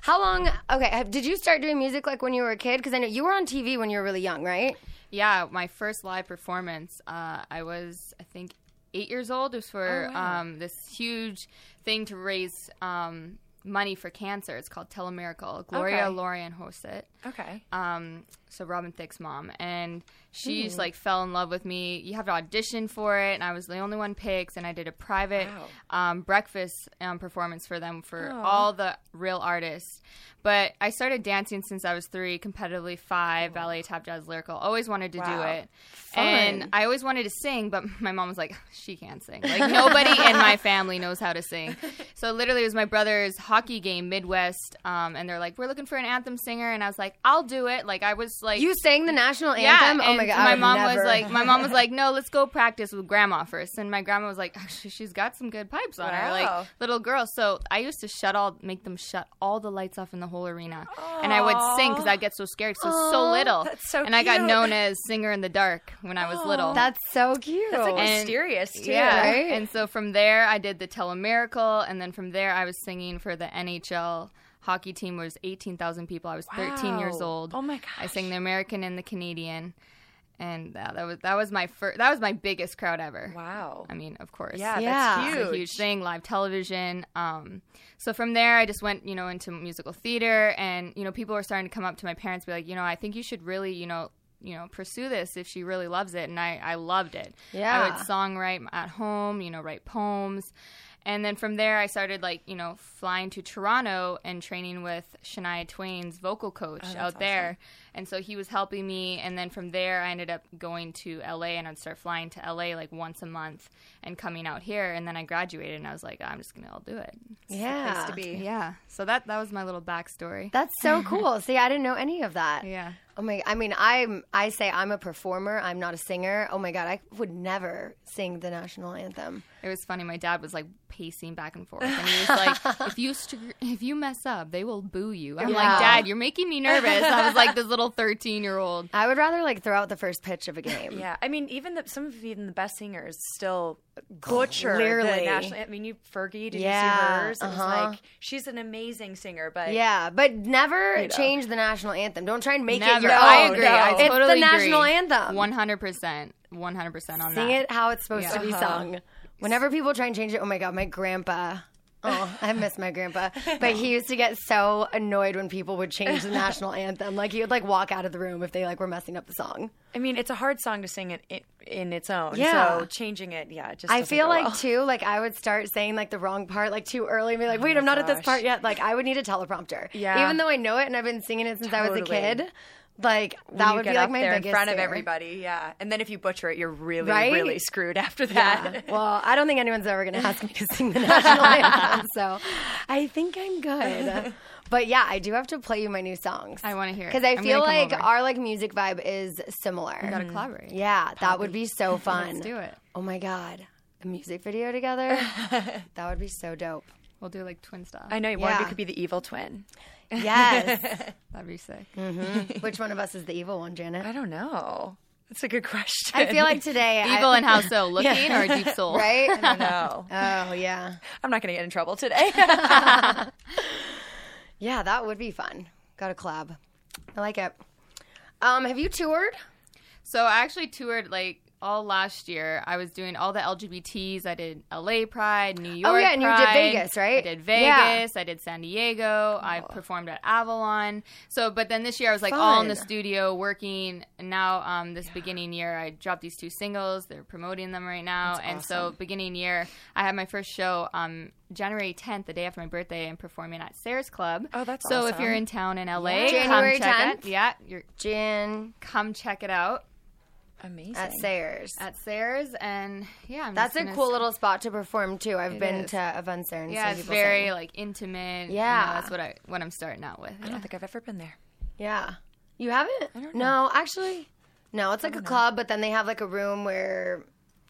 Speaker 3: How long? Okay. have- Did you start doing music like when you were a kid? Because I know you were on TV when you were really young, right?
Speaker 5: Yeah, my first live performance. Uh, I was, I think, eight years old. It was for um, this huge thing to raise um, money for cancer. It's called Telemiracle. Gloria
Speaker 6: Okay.
Speaker 5: Lorian hosts it.
Speaker 6: Okay.
Speaker 5: Um, so Robin Thicke's mom, and she just like fell in love with me. You have to audition for it, and I was the only one picked. And I did a private um, breakfast um, performance for them for all the real artists. But I started dancing since I was three, competitively five, ballet, tap, jazz, lyrical. Always wanted to do it, and I always wanted to sing. But my mom was like, "She can't sing. Like nobody in my family knows how to sing." So literally, it was my brother's hockey game, Midwest, um, and they're like, "We're looking for an anthem singer," and I was like, "I'll do it." Like I was like,
Speaker 3: You sang the national
Speaker 5: yeah,
Speaker 3: anthem. oh my
Speaker 5: and
Speaker 3: god! I
Speaker 5: My
Speaker 3: would
Speaker 5: mom was
Speaker 3: never-
Speaker 5: like, my mom was like, no, let's go practice with grandma first. And my grandma was like, actually, she's got some good pipes on her,
Speaker 6: Wow.
Speaker 5: like little girl. So I used to shut all, make them shut all the lights off in the whole arena, and I would sing because I'd get so scared. So so little,
Speaker 6: that's so
Speaker 5: and I got
Speaker 6: cute.
Speaker 5: known as singer in the dark when I was little.
Speaker 3: "That's so cute."
Speaker 6: It's like
Speaker 5: And-
Speaker 6: mysterious too.
Speaker 5: yeah,
Speaker 3: right?
Speaker 5: and so from there I did the Telemiracle, and then from there I was singing for the NHL hockey team. Where it was eighteen thousand people. I was thirteen years
Speaker 6: Wow.
Speaker 5: old.
Speaker 6: Oh my
Speaker 5: I
Speaker 6: gosh.
Speaker 5: sang the American and the Canadian, and uh, that was that was my first. That was my biggest crowd ever.
Speaker 6: Wow.
Speaker 5: I mean, of course.
Speaker 6: Yeah,
Speaker 3: Yeah.
Speaker 6: that's
Speaker 5: It's
Speaker 6: huge.
Speaker 5: a huge thing, live television. Um, so from there, I just went, you know, into musical theater, and you know, people were starting to come up to my parents, be like, you know, I think you should really, you know, you know, pursue this if she really loves it, and I, I loved it.
Speaker 3: Yeah.
Speaker 5: I would songwrite at home, you know, write poems, and then from there, I started like, you know, flying to Toronto and training with Shania Twain's vocal coach out there, and so he was helping me, and then from there, I ended up going to LA, and I'd start flying to LA like once a month and coming out here, and then I graduated, and I was like, "Oh, I'm just gonna all do it.
Speaker 3: "Yeah,
Speaker 6: to be.
Speaker 5: Yeah. So that that was my little backstory.
Speaker 3: that's so cool." See, I didn't know any of that.
Speaker 5: yeah.
Speaker 3: Oh my! I mean, I'm. I say I'm a performer. I'm not a singer. Oh my god! I would never sing the national anthem.
Speaker 5: It was funny. My dad was like pacing back and forth, and he was like, "If you st- if you mess up, they will boo you." I'm
Speaker 3: Yeah.
Speaker 5: like, "Dad, you're making me nervous." I was like this little 13 year old.
Speaker 3: I would rather like throw out the first pitch of a game.
Speaker 6: Yeah, I mean, even the, some of even the best singers still butcher
Speaker 3: Clearly.
Speaker 6: the national. I mean, you Fergie, did
Speaker 3: Yeah,
Speaker 6: you see hers? It
Speaker 3: uh-huh.
Speaker 6: was like she's an amazing singer, but
Speaker 3: Yeah, but never change the national anthem. Don't try and make it
Speaker 5: Never.
Speaker 3: your own.
Speaker 5: I agree. I
Speaker 3: it's
Speaker 5: totally
Speaker 3: the national
Speaker 5: agree.
Speaker 3: anthem.
Speaker 5: 100 percent, 100 percent on
Speaker 3: Sing
Speaker 5: that.
Speaker 3: it how it's supposed
Speaker 5: Yeah.
Speaker 3: to be sung.
Speaker 6: Uh-huh.
Speaker 3: Whenever people try and change it, oh my god, my grandpa. Oh, I miss my grandpa. But he used to get so annoyed when people would change the national anthem. Like he would like walk out of the room if they like were messing up the song.
Speaker 6: I mean, it's a hard song to sing it in, in its own.
Speaker 3: Yeah.
Speaker 6: so changing it, yeah, it just
Speaker 3: I
Speaker 6: doesn't
Speaker 3: feel
Speaker 6: go
Speaker 3: like
Speaker 6: well.
Speaker 3: too, like I would start saying like the wrong part like too early and be like, wait, I'm not at this part yet. Like I would need a teleprompter.
Speaker 6: Oh Yeah.
Speaker 3: Even though I know it and I've been singing it since I was a
Speaker 6: Totally.
Speaker 3: kid. Like
Speaker 6: When
Speaker 3: that
Speaker 6: you
Speaker 3: would
Speaker 6: get
Speaker 3: be like
Speaker 6: up
Speaker 3: my
Speaker 6: there
Speaker 3: biggest
Speaker 6: in front of
Speaker 3: fear.
Speaker 6: everybody, yeah. And then if you butcher it, you're really,
Speaker 3: Right?
Speaker 6: really screwed after that.
Speaker 3: Uh, Well, I don't think anyone's ever going to ask me to sing the national anthem, so I think I'm good. But yeah, I do have to play you my new songs.
Speaker 5: I wanna hear it.
Speaker 3: because I
Speaker 5: I'm
Speaker 3: feel
Speaker 5: gonna come
Speaker 3: like
Speaker 5: over.
Speaker 3: our like music vibe is similar.
Speaker 5: Gotta collaborate.
Speaker 3: Yeah, that would be so fun.
Speaker 5: Let's do it.
Speaker 3: Oh my god, a music video together. that would be so dope.
Speaker 5: We'll do like twin style.
Speaker 6: I know one of
Speaker 3: Yeah.
Speaker 6: you could be the evil twin.
Speaker 3: Yes.
Speaker 5: That'd be sick.
Speaker 3: Which one of us is the evil one, Janet?
Speaker 6: I don't know. That's a good question.
Speaker 3: I feel like today, I-
Speaker 5: Evil and how so? Looking or deep soul?
Speaker 3: right?
Speaker 6: I don't know.
Speaker 3: Oh yeah,
Speaker 6: I'm not going to get in trouble today.
Speaker 3: yeah, that would be fun. Got a collab. I like it. Um, have you toured?
Speaker 5: So I actually toured like all last year. I was doing all the LGBTs. I did LA Pride, New York.
Speaker 3: Oh, yeah, and you did
Speaker 5: Pride.
Speaker 3: Vegas, right?
Speaker 5: I did
Speaker 3: Yeah.
Speaker 5: Vegas. I did San Diego. I performed at Avalon. So, but then this year I was like all in the
Speaker 3: Fun.
Speaker 5: studio working. And now, um, this beginning year, I dropped these two singles. They're promoting them right now. and so, beginning year, I had my first show. Um. January 10th, the day after my birthday, I'm performing at Sarah's Club.
Speaker 6: Oh, that's
Speaker 5: so if
Speaker 6: awesome.
Speaker 5: you're in town in LA,
Speaker 3: January
Speaker 5: come check
Speaker 3: 10th?
Speaker 5: It. Yeah, you're,
Speaker 3: Gin
Speaker 5: come check it out
Speaker 6: Amazing.
Speaker 3: at Sayers.
Speaker 5: at Sayers, and yeah, I'm
Speaker 3: That's
Speaker 5: just
Speaker 3: a
Speaker 5: gonna-
Speaker 3: cool little spot to perform too. I've been
Speaker 5: is.
Speaker 3: to events there. And
Speaker 5: Yeah,
Speaker 3: seen
Speaker 5: it's
Speaker 3: people
Speaker 5: very
Speaker 3: sing.
Speaker 5: like intimate. you know,
Speaker 3: Yeah.
Speaker 5: that's what I what I'm starting out with.
Speaker 6: I
Speaker 5: Yeah.
Speaker 6: don't think I've ever been there.
Speaker 3: Yeah, you haven't? No, actually, no. It's like a club, but then they have like a room where.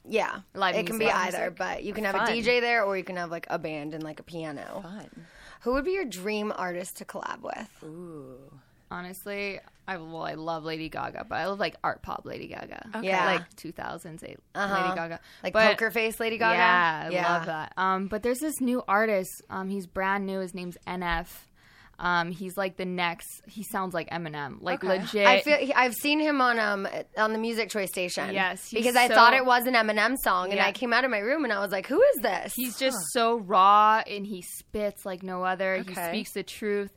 Speaker 3: Yeah,
Speaker 5: Live
Speaker 3: it can be
Speaker 5: music.
Speaker 3: either, but you can have
Speaker 6: Fun.
Speaker 3: a DJ there, or you can have like a band and like a piano.
Speaker 6: Fun.
Speaker 3: Who would be your dream artist to collab with?
Speaker 5: Honestly, I well, I love Lady Gaga, but I love like art pop Lady Gaga.
Speaker 3: Yeah. Uh-huh.
Speaker 5: like 2000s eh, Lady Gaga,
Speaker 3: Like
Speaker 5: But-
Speaker 3: Poker Face Lady Gaga?
Speaker 5: Yeah, I love that. Um, but there's this new artist. Um, he's brand new. His name's NF. Um, he's like the next. He sounds like Eminem, like legit.
Speaker 3: I feel he- I've seen him on um on the Music Choice station.
Speaker 5: Yes, he's
Speaker 3: because I
Speaker 5: so-
Speaker 3: thought it was an Eminem song, and
Speaker 5: Yeah.
Speaker 3: I came out of my room and I was like, "Who is this?"
Speaker 5: He's just so raw and he spits like no other. He
Speaker 6: Okay.
Speaker 5: speaks the truth.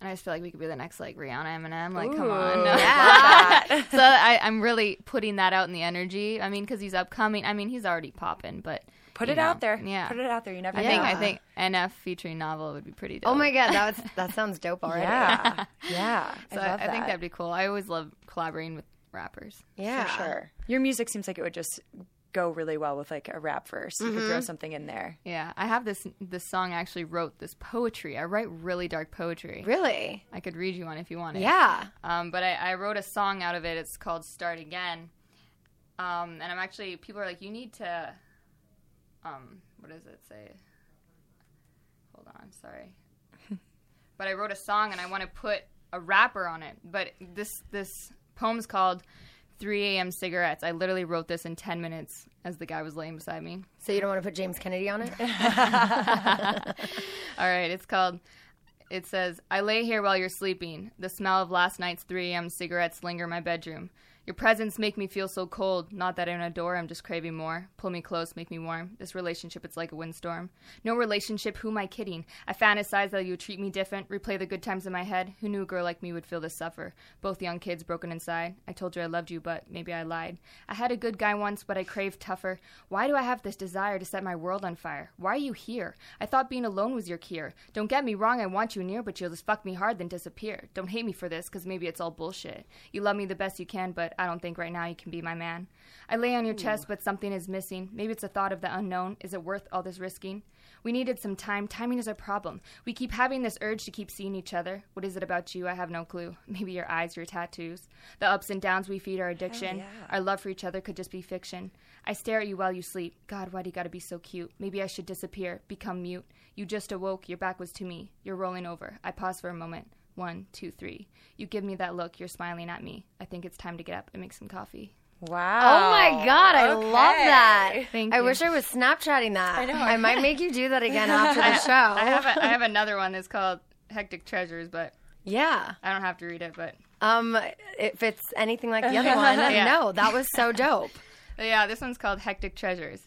Speaker 5: And I just feel like we could be the next like Rihanna Eminem. Like, come on. so I, I'm really putting that out in the energy. I mean, because he's upcoming. I mean, he's already popping, but
Speaker 6: Put
Speaker 5: you
Speaker 6: it
Speaker 5: know,
Speaker 6: out there.
Speaker 5: Yeah.
Speaker 6: Put it out there. You never
Speaker 5: I
Speaker 6: know.
Speaker 5: think I think NF featuring Novel would be pretty. Dope.
Speaker 3: oh my god, that was, that sounds dope already.
Speaker 6: Yeah. yeah. I
Speaker 5: So I,
Speaker 6: love
Speaker 5: I think
Speaker 6: that.
Speaker 5: that'd be cool. I always love collaborating with rappers.
Speaker 3: yeah.
Speaker 6: For sure. Your music seems like it would just go really well with like a rap verse. You could throw something in there.
Speaker 5: Yeah, I have this. This song I actually wrote this poetry. I write really dark poetry.
Speaker 3: Really?
Speaker 5: I could read you one if you wanted.
Speaker 3: Yeah.
Speaker 5: Um, but I, I wrote a song out of it. It's called Start Again. Um, and I'm actually, people are like, you need to, um, what does it say? Hold on, sorry. but I wrote a song and I want to put a rapper on it. But this this poem's called 3 a.m. Cigarettes. I literally wrote this in 10 minutes as the guy was laying beside me.
Speaker 3: So you don't want to put James Kennedy on it?
Speaker 5: All right, it's called. It says, I lay here while you're sleeping. The smell of last night's 3 a.m. cigarettes linger my bedroom. Your presence make me feel so cold. Not that I don't adore, I'm just craving more. Pull me close, make me warm. This relationship, it's like a windstorm. No relationship, who am I kidding? I fantasize that you would treat me different, replay the good times in my head. Who knew a girl like me would feel this suffer? Both young kids broken inside. I told you I loved you, but maybe I lied. I had a good guy once, but I craved tougher. Why do I have this desire to set my world on fire? Why are you here? I thought being alone was your cure. Don't get me wrong, I want you near, but you'll just fuck me hard, then disappear. Don't hate me for this, 'cause maybe it's all bullshit. You love me the best you can, but I don't think right now you can be my man. I lay on your chest, but something is missing. Maybe it's a thought of the unknown. Is it worth all this risking? We needed some time. Timing is our problem. We keep having this urge to keep seeing each other. What is it about you? I have no clue. Maybe your eyes, your tattoos. The ups and downs we feed our addiction. Our love for each other could just be fiction. I stare at you while you sleep. God, why do you gotta be so cute? Maybe I should disappear, become mute. You just awoke, your back was to me. You're rolling over. I pause for a moment. One, two, three. You give me that look, you're smiling at me. I think it's time to get up and make some coffee.
Speaker 6: Wow.
Speaker 3: Oh my god, I love that.
Speaker 5: Thank
Speaker 3: I
Speaker 5: you.
Speaker 3: wish I was Snapchatting that. I know. I might make you do that again after the show.
Speaker 5: I have a, I have another one that's called Hectic Treasures, but
Speaker 3: yeah.
Speaker 5: I don't have to read it, but
Speaker 3: Um, if it's anything like the other one, no, that was so dope.
Speaker 5: But yeah, this one's called Hectic Treasures.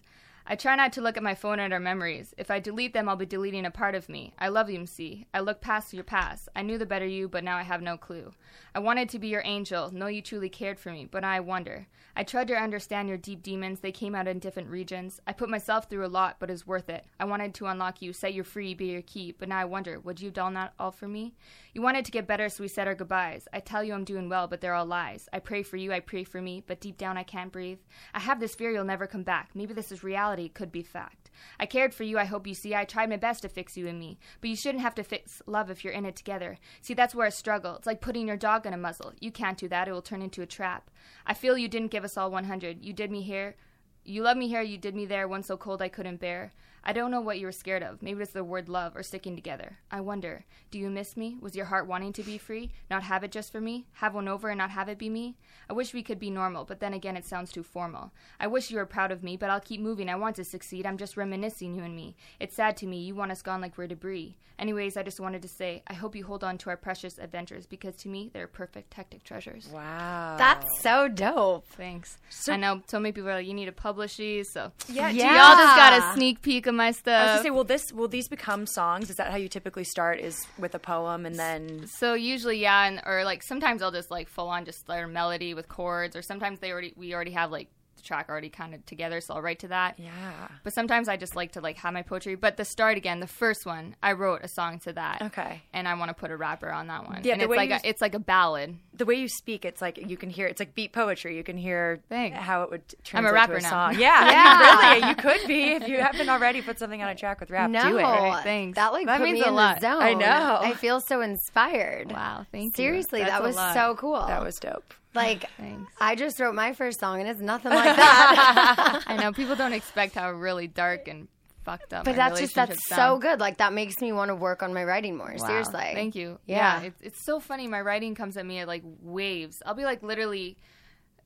Speaker 5: I try not to look at my phone and our memories. If I delete them, I'll be deleting a part of me. I love you, MC. I look past your past. I knew the better you, but now I have no clue. I wanted to be your angel, know you truly cared for me, but now I wonder. I tried to understand your deep demons. They came out in different regions. I put myself through a lot, but it's worth it. I wanted to unlock you, set you free, be your key, but now I wonder, would you have done that all for me? You wanted to get better, so we said our goodbyes. I tell you I'm doing well, but they're all lies. I pray for you, I pray for me, but deep down I can't breathe. I have this fear you'll never come back. Maybe this is reality, could be fact. I cared for you, I hope you see. I tried my best to fix you and me, but you shouldn't have to fix love if you're in it together. See, that's where I struggle. It's like putting your dog in a muzzle. You can't do that, it will turn into a trap. I feel you didn't give us all 100. You did me here. You love me here, you did me there, one so cold I couldn't bear. I don't know what you were scared of. Maybe it's the word love or sticking together. I wonder, do you miss me? Was your heart wanting to be free? Not have it just for me? Have one over and not have it be me? I wish we could be normal, but then again, it sounds too formal. I wish you were proud of me, but I'll keep moving. I want to succeed. I'm just reminiscing, you and me. It's sad to me. You want us gone like we're debris. Anyways, I just wanted to say, I hope you hold on to our precious adventures because to me, they're perfect hectic treasures. Oh.
Speaker 6: Wow.
Speaker 3: That's so dope.
Speaker 5: Thanks. I know so many people are like, you need to publish these, so
Speaker 6: yeah. do you-
Speaker 3: Yeah.
Speaker 5: y'all just got a sneak peek of my
Speaker 6: I was
Speaker 5: stuff.
Speaker 6: gonna say, will this will these become songs? Is that how you typically start? Is with a poem and then
Speaker 5: so usually, yeah, and or like sometimes I'll just like full on just learn melody with chords, or sometimes they already we already have like the track already kind of together, so I'll write to that.
Speaker 6: yeah.
Speaker 5: But sometimes I just like to like have my poetry. But the start again, the first one, I wrote a song to that.
Speaker 6: Okay.
Speaker 5: And I want to put a rapper on that one.
Speaker 6: Yeah,
Speaker 5: and
Speaker 6: the
Speaker 5: it's
Speaker 6: way
Speaker 5: like
Speaker 6: you-
Speaker 5: a, it's like a ballad.
Speaker 6: The way you speak, it's like you can hear. It's like beat poetry. You can hear
Speaker 5: Thanks.
Speaker 6: how it would translate
Speaker 5: I'm a
Speaker 6: to
Speaker 5: rapper
Speaker 6: a
Speaker 5: now.
Speaker 6: song. Yeah, yeah. really, you could be if you haven't already put something on a track with rap.
Speaker 3: No,
Speaker 6: do it.
Speaker 5: Right, thanks.
Speaker 3: that like
Speaker 5: That
Speaker 3: put
Speaker 5: means
Speaker 3: me
Speaker 5: a
Speaker 3: in
Speaker 5: lot.
Speaker 3: the zone.
Speaker 6: I know.
Speaker 3: I feel so inspired.
Speaker 5: Wow, thank you.
Speaker 3: Seriously,
Speaker 5: That's
Speaker 3: that
Speaker 5: a
Speaker 3: was
Speaker 5: lot.
Speaker 3: so cool.
Speaker 6: That was dope.
Speaker 3: like
Speaker 5: Thanks.
Speaker 3: I just wrote my first song and it's nothing like that.
Speaker 5: I know people don't expect how really dark and fucked up.
Speaker 3: but
Speaker 5: my
Speaker 3: that's just that's
Speaker 5: relationships
Speaker 3: so
Speaker 5: sound.
Speaker 3: good. Like that makes me want to work on my writing more.
Speaker 5: Wow.
Speaker 3: Seriously.
Speaker 5: Thank you.
Speaker 3: Yeah.
Speaker 5: Yeah. It's, it's so funny. My writing comes at me at like waves. I'll be like literally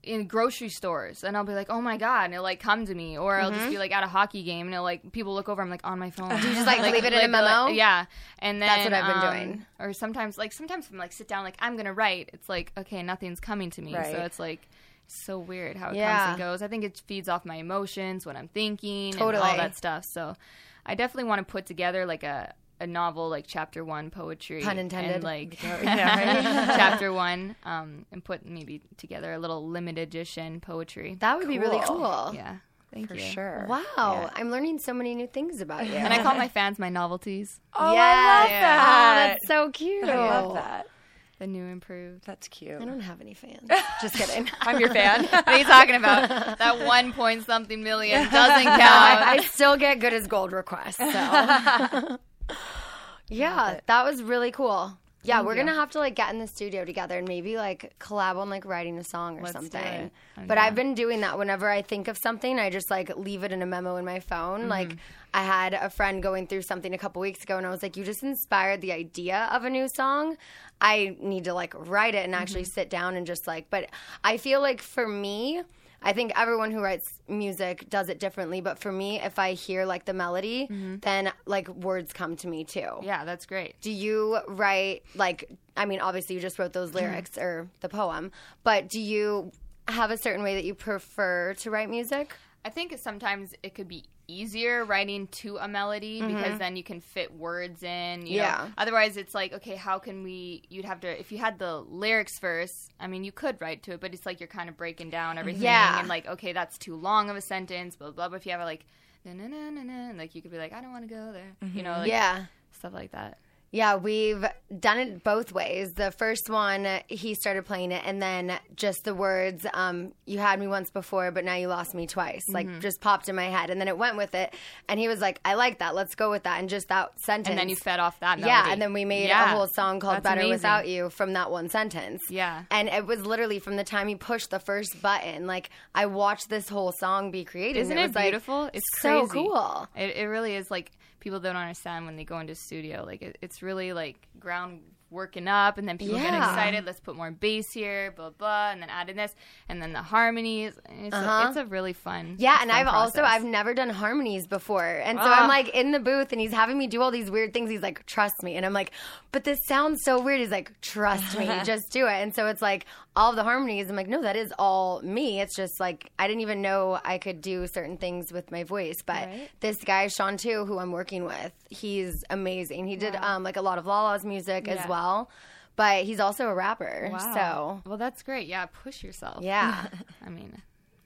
Speaker 5: in grocery stores and I'll be like, oh my God. And it'll like come to me. Or I'll just be like at a hockey game and it'll like, people look over. I'm like on my phone. Do you
Speaker 3: Mm-hmm. just, like, leave it in a memo?
Speaker 5: yeah. And then
Speaker 3: what I've been
Speaker 5: um,
Speaker 3: doing.
Speaker 5: Or sometimes, like, sometimes I'm like, sit down, like, I'm going to write. It's like, okay, nothing's coming to me.
Speaker 6: Right.
Speaker 5: So it's like, so weird how it
Speaker 3: Yeah.
Speaker 5: comes and goes. I think it feeds off my emotions, what I'm thinking, and
Speaker 3: Totally.
Speaker 5: all that stuff. So I definitely want to put together like a, a novel, like chapter one poetry.
Speaker 3: Pun intended.
Speaker 5: And like
Speaker 6: Yeah.
Speaker 5: chapter one, um, and put maybe together a little limited edition poetry.
Speaker 3: That would be really
Speaker 6: Cool.
Speaker 3: cool.
Speaker 5: yeah. Thank
Speaker 6: For
Speaker 5: you.
Speaker 6: sure.
Speaker 3: Wow. I'm learning so many new things about you.
Speaker 5: And I call my fans my novelties.
Speaker 6: Oh, I
Speaker 3: Yes.
Speaker 6: love that.
Speaker 3: Oh, that's so cute.
Speaker 6: I love that.
Speaker 5: The new improved.
Speaker 6: That's cute.
Speaker 3: I don't have any fans. Just kidding.
Speaker 6: I'm your fan.
Speaker 5: What are you talking about? That one point something million doesn't count.
Speaker 3: I, I still get good as gold requests. So. yeah, that was really cool. Yeah, we're gonna have to like get in the studio together and maybe like collab on like writing a song or
Speaker 5: Let's do
Speaker 3: something.
Speaker 5: it. I'm
Speaker 3: But
Speaker 5: down.
Speaker 3: I've been doing that whenever I think of something, I just like leave it in a memo in my phone. Like I had a friend going through something a couple weeks ago and I was like, You just inspired the idea of a new song. I need to like write it and actually sit down and just like but I feel like for me I think everyone who writes music does it differently, but for me, if I hear like the melody, then like words come to me too.
Speaker 5: yeah, that's great.
Speaker 3: Do you write like I mean obviously you just wrote those lyrics or the poem, but do you have a certain way that you prefer to write music?
Speaker 5: I think sometimes it could be easier writing to a melody because then you can fit words in. You
Speaker 3: Mm-hmm. Yeah.
Speaker 5: Know? Otherwise, it's like, okay, how can we? You'd have to if you had the lyrics first. I mean, you could write to it, but it's like you're kind of breaking down everything.
Speaker 3: Yeah.
Speaker 5: And like, okay, that's too long of a sentence. Blah blah. blah. If you have a like, na na na na na, like you could be like, I don't want to go there. You know, like,
Speaker 3: Mm-hmm. Yeah.
Speaker 5: stuff like that.
Speaker 3: Yeah, we've done it both ways. The first one, he started playing it, and then just the words, um, you had me once before, but now you lost me twice,
Speaker 5: Mm-hmm.
Speaker 3: like just popped in my head. And then it went with it. And he was like, I like that. Let's go with that. And just that sentence.
Speaker 5: And then you fed off that melody.
Speaker 3: Yeah, and then we made
Speaker 5: Yeah.
Speaker 3: a whole song called
Speaker 5: That's
Speaker 3: Better
Speaker 5: amazing.
Speaker 3: Without You from that one sentence.
Speaker 5: Yeah.
Speaker 3: And it was literally from the time you pushed the first button. Like, I watched this whole song be created. and
Speaker 5: Isn't
Speaker 3: it,
Speaker 5: it,
Speaker 3: was, like,
Speaker 5: beautiful? it's
Speaker 3: so
Speaker 5: crazy.
Speaker 3: cool.
Speaker 5: It, it really is like people don't understand when they go into studio. Like it, it's really like ground working up, and then people get
Speaker 3: Yeah.
Speaker 5: excited. Let's put more bass here, blah blah, and then add in this, and then the harmonies. It's, a, it's a really fun.
Speaker 3: Uh-huh. Yeah, and
Speaker 5: fun
Speaker 3: I've also
Speaker 5: process.
Speaker 3: I've never done harmonies before, and so I'm like in the booth, and he's having me do all these weird things. He's like, "Trust me," and I'm like, "But this sounds so weird." He's like, "Trust me, just do it." And so it's like all the harmonies. I'm like, "No, that is all me." It's just like I didn't even know I could do certain things with my voice. But this guy Sean too, who I'm working with, he's amazing. He did um, like a lot of Lala's music as
Speaker 5: Yeah.
Speaker 3: well, but he's also a rapper. So
Speaker 5: Wow. well, that's great. Yeah, push yourself.
Speaker 3: yeah,
Speaker 5: I mean,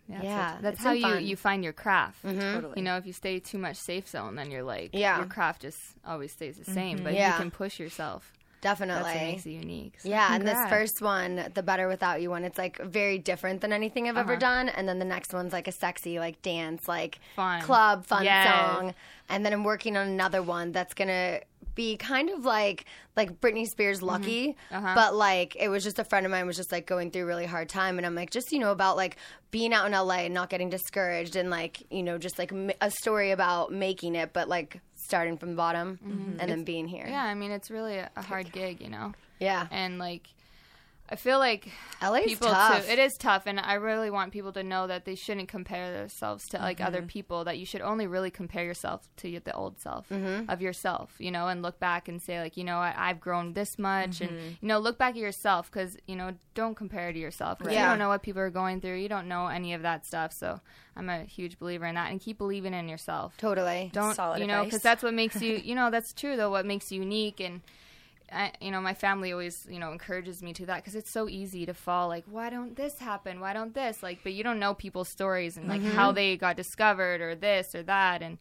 Speaker 5: yeah,
Speaker 3: Yeah,
Speaker 5: yeah that's
Speaker 3: it's
Speaker 5: how
Speaker 3: been
Speaker 5: you,
Speaker 3: fun. Mm-hmm.
Speaker 5: you find your craft.
Speaker 6: Totally.
Speaker 5: You know, if you stay too much safe zone, then you're like,
Speaker 3: Yeah. Mm-hmm.
Speaker 5: your craft just always stays the same. But
Speaker 3: Yeah.
Speaker 5: you can push yourself.
Speaker 3: definitely.
Speaker 5: That's what makes it unique. So
Speaker 3: Yeah, and this
Speaker 5: congrats.
Speaker 3: first one, the Better Without You one, it's like very different than anything I've
Speaker 5: Uh-huh.
Speaker 3: ever done. And then the next one's like a sexy, like dance, like
Speaker 5: Fun.
Speaker 3: club fun
Speaker 5: Yes.
Speaker 3: song. And then I'm working on another one that's gonna be kind of like like Britney
Speaker 5: Mm-hmm.
Speaker 3: Spears Lucky,
Speaker 5: Uh-huh.
Speaker 3: but like it was just a friend of mine was just like going through a really hard time and I'm like just you know about like being out in LA and not getting discouraged and like you know just like m- a story about making it but like starting from the bottom and then being here.
Speaker 5: Mm-hmm. Yeah, I mean, it's really a, a hard gig, you know?
Speaker 3: Yeah.
Speaker 5: And like, I feel like
Speaker 3: LA is
Speaker 5: people
Speaker 3: tough.
Speaker 5: too. It is tough, and I really want people to know that they shouldn't compare themselves to like
Speaker 3: Mm-hmm.
Speaker 5: other people. That you should only really compare yourself to y- the old self
Speaker 3: Mm-hmm.
Speaker 5: of yourself, you know, and look back and say like, you know, I, I've grown this much,
Speaker 3: Mm-hmm.
Speaker 5: and you know, look back at yourself because you know, don't compare to yourself. 'cause You
Speaker 3: Yeah.
Speaker 5: don't know what people are going through. You don't know any of that stuff. So I'm a huge believer in that, and keep believing in yourself
Speaker 3: Totally.
Speaker 5: don't
Speaker 6: Solid
Speaker 5: you know
Speaker 6: advice.
Speaker 5: because that's what makes you you know that's true though what makes you unique and I, you know my family always you know encourages me to that because it's so easy to fall like why don't this happen why don't this like but you don't know people's stories and like
Speaker 3: Mm-hmm.
Speaker 5: how they got discovered or this or that and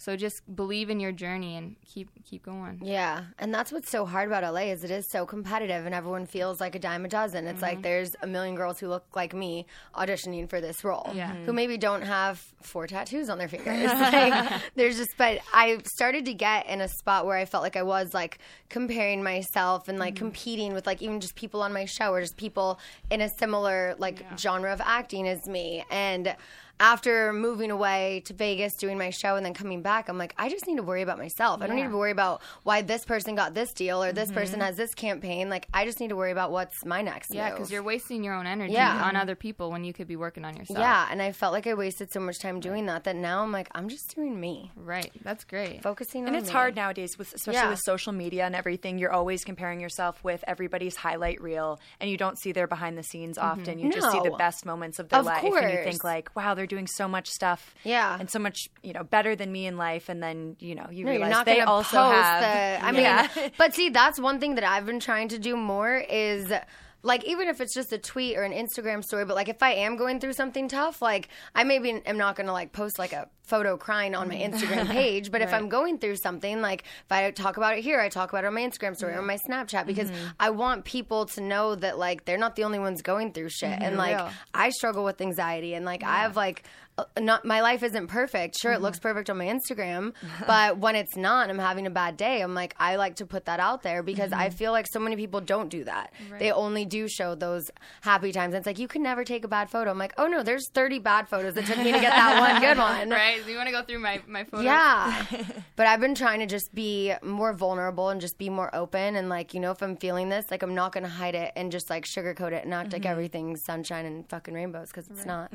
Speaker 5: so just believe in your journey and keep keep going
Speaker 3: Yeah, and that's what's so hard about LA is it is so competitive, and everyone feels like a dime a dozen. It's like there's a million girls who look like me auditioning for this role,
Speaker 5: Yeah.
Speaker 3: who maybe don't have four tattoos on their fingers. like, there's just, but I started to get in a spot where I felt like I was like comparing myself and like competing with like even just people on my show or just people in a similar like genre of acting as me, and after moving away to Vegas, doing my show, and then coming back, I'm like, I just need to worry about myself. I don't need to worry about why this person got this deal or this person
Speaker 6: Mm-hmm.
Speaker 3: has this campaign. Like, I just need to worry about what's my next
Speaker 5: yeah
Speaker 3: move.
Speaker 5: because you're wasting your own energy
Speaker 3: Yeah.
Speaker 5: on other people when you could be working on yourself
Speaker 3: yeah, and I felt like I wasted so much time doing that that now I'm like, I'm just doing me,
Speaker 5: right that's great
Speaker 3: focusing on
Speaker 6: And it's
Speaker 3: me.
Speaker 6: hard nowadays, with, especially
Speaker 3: Mm-hmm. Yeah.
Speaker 6: with social media and everything. You're always comparing yourself with everybody's highlight reel, and you don't see their behind the scenes often. You just see the
Speaker 3: Mm-hmm. No.
Speaker 6: best moments of their
Speaker 3: Of
Speaker 6: life, and you
Speaker 3: course.
Speaker 6: think like, "Wow, they're doing so much stuff,
Speaker 3: Yeah.
Speaker 6: and so much, you know, better than me in life." And then you know, you
Speaker 3: No,
Speaker 6: realize
Speaker 3: you're not
Speaker 6: they
Speaker 3: gonna
Speaker 6: also
Speaker 3: post
Speaker 6: have.
Speaker 3: the- I mean, but see, that's one thing that I've been trying to do more is. Like even if it's just a tweet or an Instagram story, but like if I am going through something tough, like I maybe am not gonna like post like a photo crying on my
Speaker 6: Mm.
Speaker 3: Instagram page, but if I'm going through something, like if I talk about it here, I talk about it on my Instagram story or my Snapchat because
Speaker 6: Mm-hmm.
Speaker 3: I want people to know that like they're not the only ones going through shit,
Speaker 6: Mm-hmm.
Speaker 3: and like
Speaker 5: Yeah.
Speaker 3: I struggle with anxiety and like I have like uh, not my life isn't perfect. Sure, it looks perfect on my Instagram, but when it's not, I'm having a bad day. I'm like I like to put that out there because I feel like so many people don't do that. They only do show those happy times. And it's like you can never take a bad photo. I'm like, "Oh no, there's 30 bad photos that took me to get that one good one."
Speaker 5: right you want to go through my my photos
Speaker 3: Yeah. but I've been trying to just be more vulnerable and just be more open. And, like, you know, if I'm feeling this, like, I'm not going to hide it and just, like, sugarcoat it and act
Speaker 5: Mm-hmm.
Speaker 3: like everything's sunshine and fucking rainbows because it's not.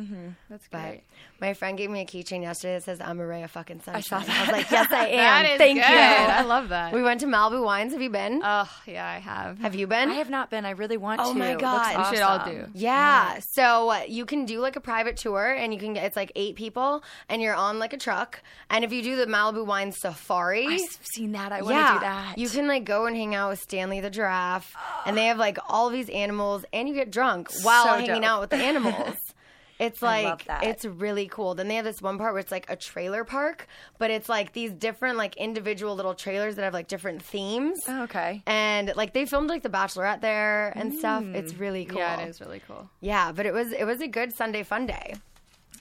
Speaker 5: that's
Speaker 3: But
Speaker 5: great
Speaker 3: my friend gave me a keychain yesterday that says, I'm a ray of fucking sunshine. I, was like, yes, I am.
Speaker 5: that is
Speaker 3: Thank
Speaker 5: good.
Speaker 3: you.
Speaker 5: i love that
Speaker 3: We went to Malibu Wines. Have you been?
Speaker 5: oh yeah i have
Speaker 3: Have you been?
Speaker 6: I have not been. I really want
Speaker 3: Oh
Speaker 6: to.
Speaker 3: my
Speaker 6: It looks
Speaker 3: God.
Speaker 5: we should all
Speaker 6: awesome.
Speaker 5: do
Speaker 3: Yeah. So uh, you can do like a private tour and you can get, it's like eight people and you're on like a truck. And if you do the Malibu Wine Safari,
Speaker 6: I've seen that. I want to do that.
Speaker 3: You can like go and hang out with Stanley the giraffe, and they have like all these animals, and you get drunk while
Speaker 6: So
Speaker 3: hanging
Speaker 6: dope.
Speaker 3: out with the animals. It's
Speaker 6: I
Speaker 3: like
Speaker 6: love that.
Speaker 3: it's really cool. Then they have this one part where it's like a trailer park, but it's like these different like individual little trailers that have like different themes.
Speaker 6: Oh, okay.
Speaker 3: And like they filmed like The Bachelorette there and stuff.
Speaker 6: Mm.
Speaker 3: It's really cool.
Speaker 5: Yeah, it is really cool.
Speaker 3: Yeah, but it was it was a good Sunday fun day.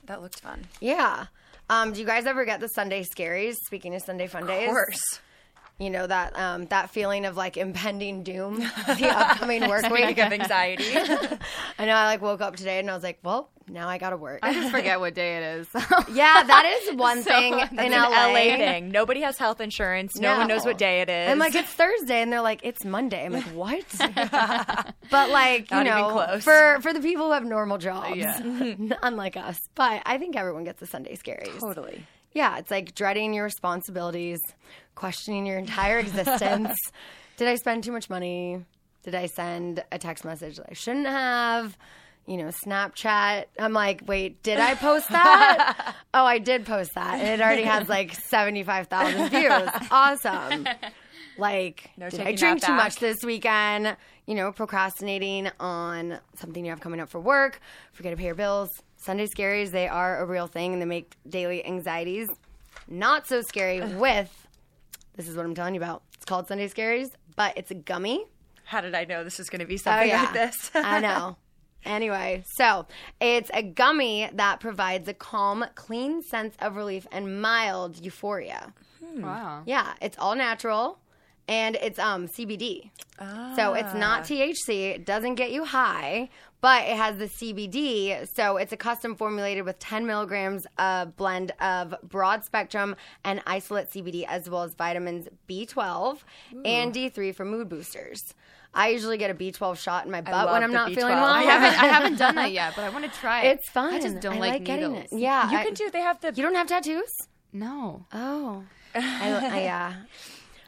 Speaker 6: That looked fun.
Speaker 3: Yeah. Um, do you guys ever get the Sunday scaries? Speaking of Sunday fun days,
Speaker 6: Of course.
Speaker 3: you know that um, that feeling of like impending doom, the upcoming work week.
Speaker 6: Speaking of anxiety.
Speaker 3: I know I like woke up today and I was like, well, now I gotta work.
Speaker 5: I just forget what day it is.
Speaker 3: yeah, that is one thing in
Speaker 6: It's
Speaker 3: LA.
Speaker 6: an LA thing. Nobody has health insurance. No, one knows what day it is.
Speaker 3: I'm like, it's Thursday, and they're like, it's Monday. I'm like, what? but like, you
Speaker 6: Not even
Speaker 3: know,
Speaker 6: close.
Speaker 3: for for the people who have normal jobs,
Speaker 5: Yeah.
Speaker 3: unlike us. But I think everyone gets the Sunday scaries.
Speaker 6: totally.
Speaker 3: Yeah, it's like dreading your responsibilities, questioning your entire existence. Did I spend too much money? Did I send a text message that I shouldn't have? You know, Snapchat. I'm like, wait, did I post that? oh, I did post that. And it already has like 75,000 views. Awesome. Like,
Speaker 6: No
Speaker 3: did I
Speaker 6: taking
Speaker 3: drink
Speaker 6: that
Speaker 3: too
Speaker 6: back.
Speaker 3: much this weekend? You know, procrastinating on something you have coming up for work, forget to pay your bills. Sunday scaries, they are a real thing and they make daily anxieties not so scary with this is what I'm telling you about. It's called Sunday Scaries, but it's a gummy.
Speaker 6: How did I know this was going to be something like this?
Speaker 3: Oh, I know. Anyway, so it's a gummy that provides a calm, clean sense of relief and mild euphoria.
Speaker 5: wow.
Speaker 3: Yeah, it's all natural and it's um CBD. So it's
Speaker 5: Ah.
Speaker 3: not THC, it doesn't get you high, but it has the CBD. So it's a custom formulated with 10 milligrams of blend of broad spectrum and isolate CBD, as well as vitamins B12 and D3 for mood boosters. I usually get a B12 shot in my butt
Speaker 6: love
Speaker 3: when I'm
Speaker 6: the
Speaker 3: not feeling well.
Speaker 6: B12.
Speaker 5: I haven't I haven't done that yet, but I want to try it.
Speaker 3: It's fun.
Speaker 5: I just don't like,
Speaker 3: getting
Speaker 5: needles.
Speaker 3: it. Yeah,
Speaker 6: You
Speaker 3: I-
Speaker 6: can do. They have the
Speaker 3: You don't have tattoos?
Speaker 5: No,
Speaker 3: Oh, I, I, yeah,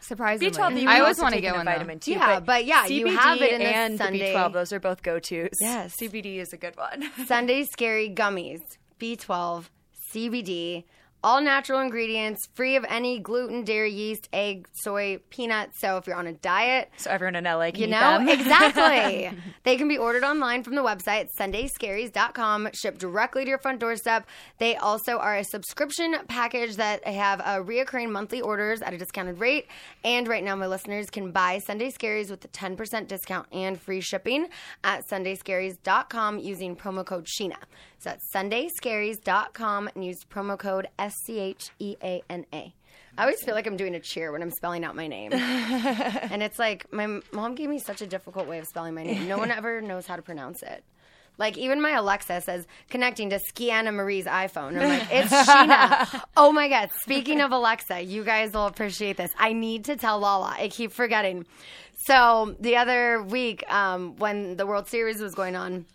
Speaker 5: surprisingly,
Speaker 6: B12. but you
Speaker 5: I
Speaker 6: can
Speaker 5: always
Speaker 6: also
Speaker 5: want to
Speaker 6: take
Speaker 5: get
Speaker 6: in
Speaker 5: one.
Speaker 6: a vitamin too.
Speaker 3: Yeah, but yeah, you have it in a
Speaker 6: and the
Speaker 3: Sunday-
Speaker 6: B12. Those are both go tos.
Speaker 3: Yes.
Speaker 6: CBD is a good one.
Speaker 3: Sunday Scary Gummies, B12, CBD, all natural ingredients, free of any gluten, dairy, yeast, egg, soy, peanuts. So if you're on a diet,
Speaker 6: So everyone in LA can
Speaker 3: you
Speaker 6: eat
Speaker 3: know,
Speaker 6: them.
Speaker 3: exactly. they can be ordered online from the website sundayscaries.com, shipped directly to your front doorstep. They also are a subscription package that have uh, reoccurring monthly orders at a discounted rate. And right now, my listeners can buy Sunday Scaries with a 10% discount and free shipping at sundayscaries.com using promo code Sheena. So that's sundayscaries.com and use promo code S C H E A N A. I always feel like I'm doing a cheer when I'm spelling out my name. And it's like my m- mom gave me such a difficult way of spelling my name. No one ever knows how to pronounce it. Like even my Alexa says connecting to Skiana Marie's iPhone. I'm like, it's Sheena. oh my god! Speaking of Alexa, you guys will appreciate this. I need to tell Lala. I keep forgetting. So the other week, um, when the World Series was going on,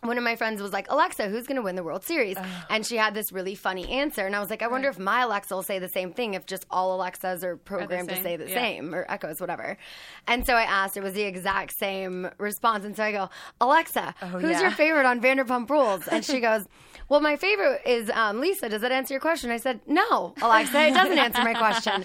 Speaker 3: one of my friends was like, Alexa, who's going to win the World Series? And she had this really funny answer. And I was like, I wonder if my Alexa will say the same thing, if just all Alexas are programmed to
Speaker 5: same,
Speaker 3: say the
Speaker 5: yeah.
Speaker 3: same or echoes, whatever. And so I asked, it was the exact same response. And so I go, Alexa, who's
Speaker 6: yeah.
Speaker 3: your favorite on Vanderpump Rules? And she goes, Well, my favorite is um, Lisa. Does that answer your question? I said, No, Alexa, it doesn't answer my question.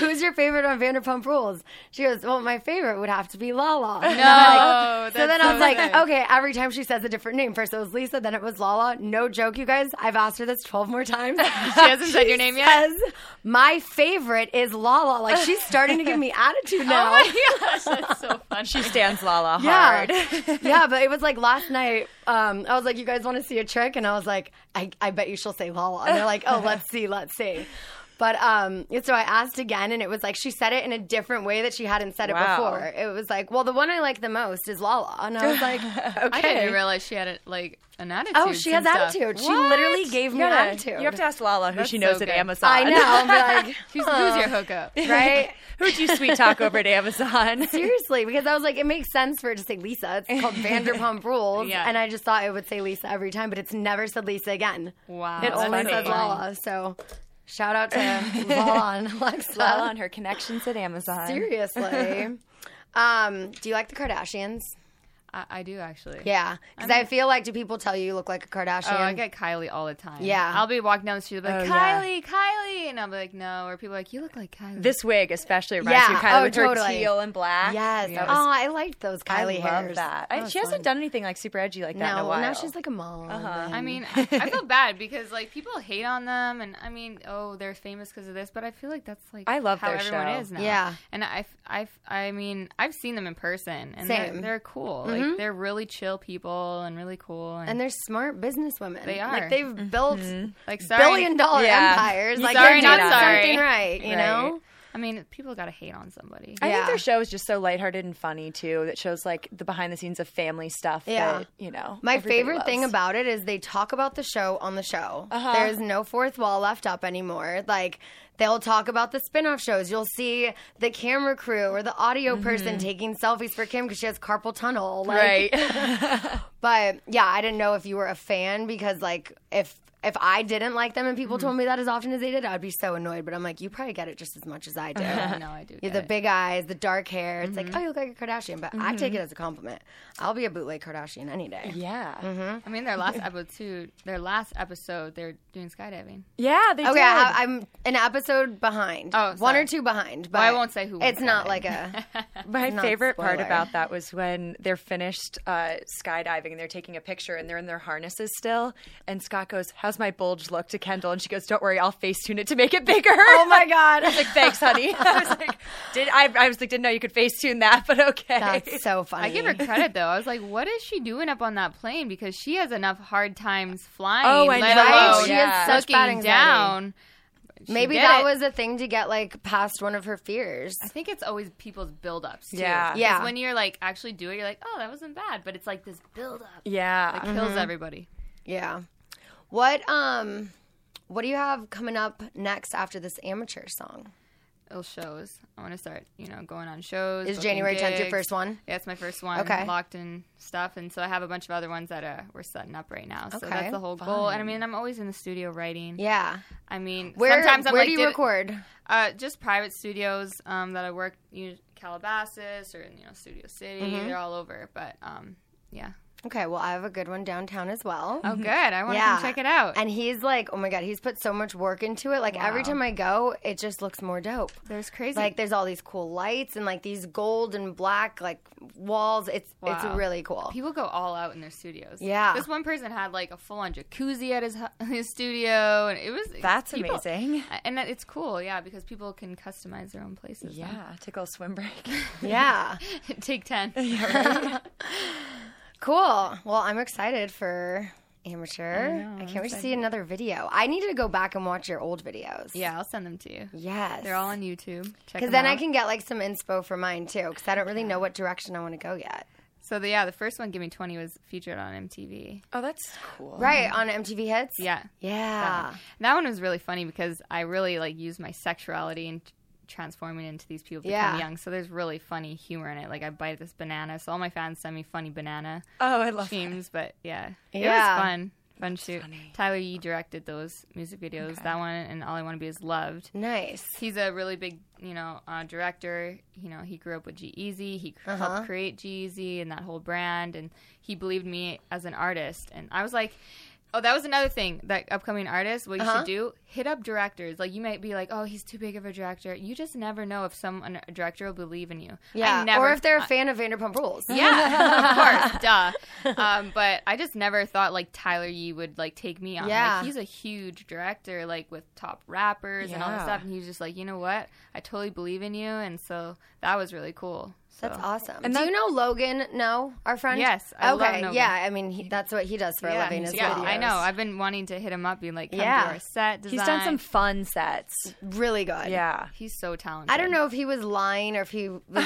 Speaker 3: who's your favorite on Vanderpump Rules? She goes, Well, my favorite would have to be Lala. No.
Speaker 5: No,
Speaker 3: so then
Speaker 5: that's
Speaker 3: I was
Speaker 5: so
Speaker 3: like,
Speaker 5: good.
Speaker 3: okay, every time she says a different name. First it was Lisa, then it was Lala. No joke, you guys. I've asked her this 12 more times. she
Speaker 5: hasn't said your name yet?
Speaker 3: Says, My favorite is Lala. Like, she's starting to give me attitude now.
Speaker 5: that's so fun.
Speaker 6: She stands Lala
Speaker 3: yeah.
Speaker 6: hard.
Speaker 3: yeah, but it was like last night, um, I was like, you guys want to see a trick? And I was like, I, I bet you she'll say Lala. And they're like, oh, let's see, let's see. But um, so I asked again, and it was like she said it in a different way that she hadn't said
Speaker 6: Wow.
Speaker 3: it before. It was like, well, the one I like the most is Lala. And I was like, okay.
Speaker 5: I didn't even realize she had a, like an attitude.
Speaker 3: Oh, she has
Speaker 5: and stuff.
Speaker 3: attitude. She literally gave me
Speaker 6: Yeah.
Speaker 3: attitude.
Speaker 6: You have to ask Lala who she
Speaker 5: That's
Speaker 6: knows
Speaker 5: so
Speaker 6: at
Speaker 5: good.
Speaker 6: Amazon.
Speaker 3: I know. I'm like,
Speaker 5: She's, who's your hookup?
Speaker 3: right?
Speaker 6: Who'd you sweet talk over at Amazon?
Speaker 3: Seriously, because I was like, it makes sense for it to say Lisa. It's called Vanderpump Rules,
Speaker 5: Yeah.
Speaker 3: and I just thought it would say Lisa every time, but it's never said Lisa again.
Speaker 5: Wow,
Speaker 3: It
Speaker 5: that's
Speaker 3: only
Speaker 6: funny.
Speaker 3: says Lala. So, shout out to Lala and Alexa.
Speaker 6: Lala on her connections at Amazon.
Speaker 3: Seriously. Um, do you like the Kardashians?
Speaker 5: I, I do actually.
Speaker 3: Yeah, because I feel like do people tell you you look like a Kardashian?
Speaker 5: Oh, I get Kylie all the time.
Speaker 3: Yeah.
Speaker 5: I'll be walking down the street, they'll be like,
Speaker 6: Oh, yeah.
Speaker 5: Kylie, Kylie. And I'll be like, no. Or people are like, you look like Kylie.
Speaker 6: This wig especially reminds
Speaker 3: Yeah.
Speaker 6: me of Kylie
Speaker 3: Oh,
Speaker 6: with her
Speaker 3: totally.
Speaker 6: teal and black.
Speaker 3: yes.
Speaker 6: That
Speaker 3: oh,
Speaker 6: was-
Speaker 3: I liked those
Speaker 6: I
Speaker 3: Kylie
Speaker 6: love
Speaker 3: hairs.
Speaker 6: that. I- she hasn't done anything like super edgy like that in a
Speaker 3: No,
Speaker 6: while. Uh-huh.
Speaker 3: now she's like a mom.
Speaker 5: I mean, I, I feel bad because like people hate on them, and I mean, oh, they're famous because of this, but I feel like that's like
Speaker 6: I love
Speaker 5: how
Speaker 6: their
Speaker 5: everyone
Speaker 6: show.
Speaker 5: is now.
Speaker 3: Yeah.
Speaker 5: and I, I, I mean, I've seen them in person, and they're,
Speaker 3: Same.
Speaker 5: they're cool. Like they're really chill people and really cool, and,
Speaker 3: and they're smart businesswomen.
Speaker 5: They
Speaker 3: Like
Speaker 5: are.
Speaker 3: they've built
Speaker 5: like sorry,
Speaker 3: billion dollar
Speaker 6: Mm-hmm. Yeah.
Speaker 3: empires. Like
Speaker 5: Sorry,
Speaker 3: they're
Speaker 5: not
Speaker 3: doing
Speaker 5: sorry.
Speaker 3: something right, you know?
Speaker 5: I mean, people gotta hate on somebody.
Speaker 6: I
Speaker 3: Yeah.
Speaker 6: think their show is just so lighthearted and funny too. That shows like the behind the scenes of family stuff.
Speaker 3: Yeah.
Speaker 6: that, you know.
Speaker 3: My
Speaker 6: everybody
Speaker 3: favorite thing
Speaker 6: loves.
Speaker 3: about it is they talk about the show on the show. There is no fourth wall left up anymore. Like they'll talk about the spin-off shows. You'll see the camera crew or the audio person taking selfies for Kim because she has carpal tunnel. Like,
Speaker 6: right?
Speaker 3: But yeah, I didn't know if you were a fan because like if if I didn't like them and people told me that as often as they did, I'd be so annoyed. But I'm like, you probably get it just as much as I do.
Speaker 5: Yeah, no, I do.
Speaker 3: Yeah,
Speaker 5: get
Speaker 3: the
Speaker 5: it.
Speaker 3: big eyes, the dark hair. It's like, oh, you look like a Kardashian, but I take it as a compliment. I'll be a bootleg Kardashian any day.
Speaker 6: yeah,
Speaker 5: I mean, their last episode, too, their last episode, they're doing skydiving.
Speaker 6: yeah. They
Speaker 3: Okay,
Speaker 6: did.
Speaker 3: I have, I'm an episode behind.
Speaker 5: Oh,
Speaker 3: one
Speaker 5: sorry.
Speaker 3: or two behind. But
Speaker 5: I won't say who
Speaker 3: It's
Speaker 5: won
Speaker 3: not
Speaker 5: that.
Speaker 3: like a.
Speaker 6: My
Speaker 3: Not
Speaker 6: favorite part
Speaker 3: spoiler.
Speaker 6: about that was when they're finished uh, skydiving and they're taking a picture and they're in their harnesses still. And Scott goes, "How's my bulge look?" to Kendall, and she goes, "Don't worry, I'll face tune it to make it bigger."
Speaker 3: oh my god,
Speaker 6: I was like, "Thanks, honey." I was like, "Did I?" I was like, "Didn't know you could face tune that, but okay."
Speaker 3: that's so funny.
Speaker 5: I give her credit though. I was like, "What is she doing up on that plane?" Because she has enough hard times flying.
Speaker 6: Oh, I
Speaker 5: let
Speaker 6: know.
Speaker 5: alone
Speaker 6: She has
Speaker 3: such
Speaker 5: looking
Speaker 3: bad anxiety.
Speaker 5: down. She
Speaker 3: Maybe
Speaker 5: did
Speaker 3: that
Speaker 5: it.
Speaker 3: was a thing to get like past one of her fears.
Speaker 5: I think it's always people's buildups. Too.
Speaker 6: Yeah.
Speaker 5: Because
Speaker 3: Yeah.
Speaker 5: When you're like actually do it, you're like, oh, that wasn't bad, but it's like this buildup
Speaker 6: Yeah.
Speaker 5: that kills everybody.
Speaker 3: Yeah. What um what do you have coming up next after this amateur song?
Speaker 5: It'll shows. I want to start, you know, going on shows.
Speaker 3: Is
Speaker 5: booking
Speaker 3: January 10th your
Speaker 5: gigs.
Speaker 3: first one?
Speaker 5: Yeah, it's my first one.
Speaker 3: Okay.
Speaker 5: Locked in stuff, and so I have a bunch of other ones that uh, we're setting up right now. So
Speaker 3: Okay.
Speaker 5: that's the whole goal. And I mean, I'm always in the studio writing.
Speaker 3: Yeah.
Speaker 5: I mean,
Speaker 3: Where
Speaker 5: sometimes I'm
Speaker 3: where
Speaker 5: like,
Speaker 3: do you
Speaker 5: did-
Speaker 3: record?
Speaker 5: Uh, just private studios um, that I work, you Calabasas or you know Studio City.
Speaker 3: Mm-hmm.
Speaker 5: They're all over, but um, yeah.
Speaker 3: Okay, well I have a good one downtown as well.
Speaker 5: Oh, good. I want
Speaker 3: Mm-hmm.
Speaker 5: to
Speaker 3: Yeah.
Speaker 5: come check it out.
Speaker 3: And he's like, oh my god, he's put so much work into it. Like every time I go, it just looks more dope.
Speaker 5: There's crazy.
Speaker 3: Like there's all these cool lights and like these gold and black like walls. It's
Speaker 5: Wow.
Speaker 3: it's really cool.
Speaker 5: People go all out in their studios.
Speaker 3: Yeah.
Speaker 5: This one person had like a full on jacuzzi at his hu- his studio, and it was
Speaker 6: That's
Speaker 5: people-
Speaker 6: amazing.
Speaker 5: And it's cool, yeah, because people can customize their own places. now.
Speaker 6: Yeah. Take a little swim break.
Speaker 3: Yeah.
Speaker 5: Take ten.
Speaker 3: Cool. Well, I'm excited for amateur. I, can't wait to see another video. I need to go back and watch your old videos.
Speaker 5: yeah, I'll send them to you.
Speaker 3: Yes.
Speaker 5: They're all on YouTube. Check
Speaker 3: Because
Speaker 5: them
Speaker 3: then I
Speaker 5: out.
Speaker 3: can get like some inspo for mine too. Because I don't really know what direction I want to go yet.
Speaker 5: So the, yeah, the first one, "Give Me 20 was featured on MTV.
Speaker 6: Oh, that's cool.
Speaker 3: Right on MTV Hits.
Speaker 5: Yeah.
Speaker 3: Yeah.
Speaker 5: That one was really funny because I really like used my sexuality and transforming into these people become
Speaker 3: Yeah.
Speaker 5: young. So there's really funny humor in it. Like I bite this banana, so all my fans send me funny banana
Speaker 6: Oh, I love that.
Speaker 5: themes. But yeah, it
Speaker 3: Yeah.
Speaker 5: was fun, fun shoot. Tyler Yee directed those music videos. That one and All I Want to Be Is Loved.
Speaker 3: Nice.
Speaker 5: He's a really big, you know, uh, director. You know, he grew up with G Easy. He cr-
Speaker 3: Uh-huh.
Speaker 5: helped create G Easy and that whole brand, and he believed me as an artist. And I was like, oh, that was another thing that upcoming artists, what you
Speaker 3: Uh-huh.
Speaker 5: should do, hit up directors. Like you might be like, oh, he's too big of a director. You just never know if someone a director will believe in you. I
Speaker 3: Yeah.
Speaker 5: never-
Speaker 3: or if they're a fan of Vanderpump Rules.
Speaker 5: yeah, of course, duh. Um, but I just never thought like Tyler Yee would like take me on.
Speaker 3: Yeah.
Speaker 5: like, he's a huge director, like with top rappers and all this
Speaker 6: Yeah.
Speaker 5: stuff. And he was just like, you know what? I totally believe in you, and so that was really cool. So.
Speaker 3: That's awesome.
Speaker 6: And
Speaker 3: Do
Speaker 6: that-
Speaker 3: you know Logan? No, our friend.
Speaker 5: Yes, I love
Speaker 3: okay.
Speaker 5: Logan.
Speaker 3: Yeah. I mean, he, that's what he does for a living. Is
Speaker 5: yeah,
Speaker 3: videos.
Speaker 5: I know. I've been wanting to hit him up, being like, come
Speaker 3: Yeah.
Speaker 5: to our set design.
Speaker 6: He's done some fun sets.
Speaker 3: really good.
Speaker 6: Yeah.
Speaker 5: He's so talented.
Speaker 3: I don't know if he was lying or if he was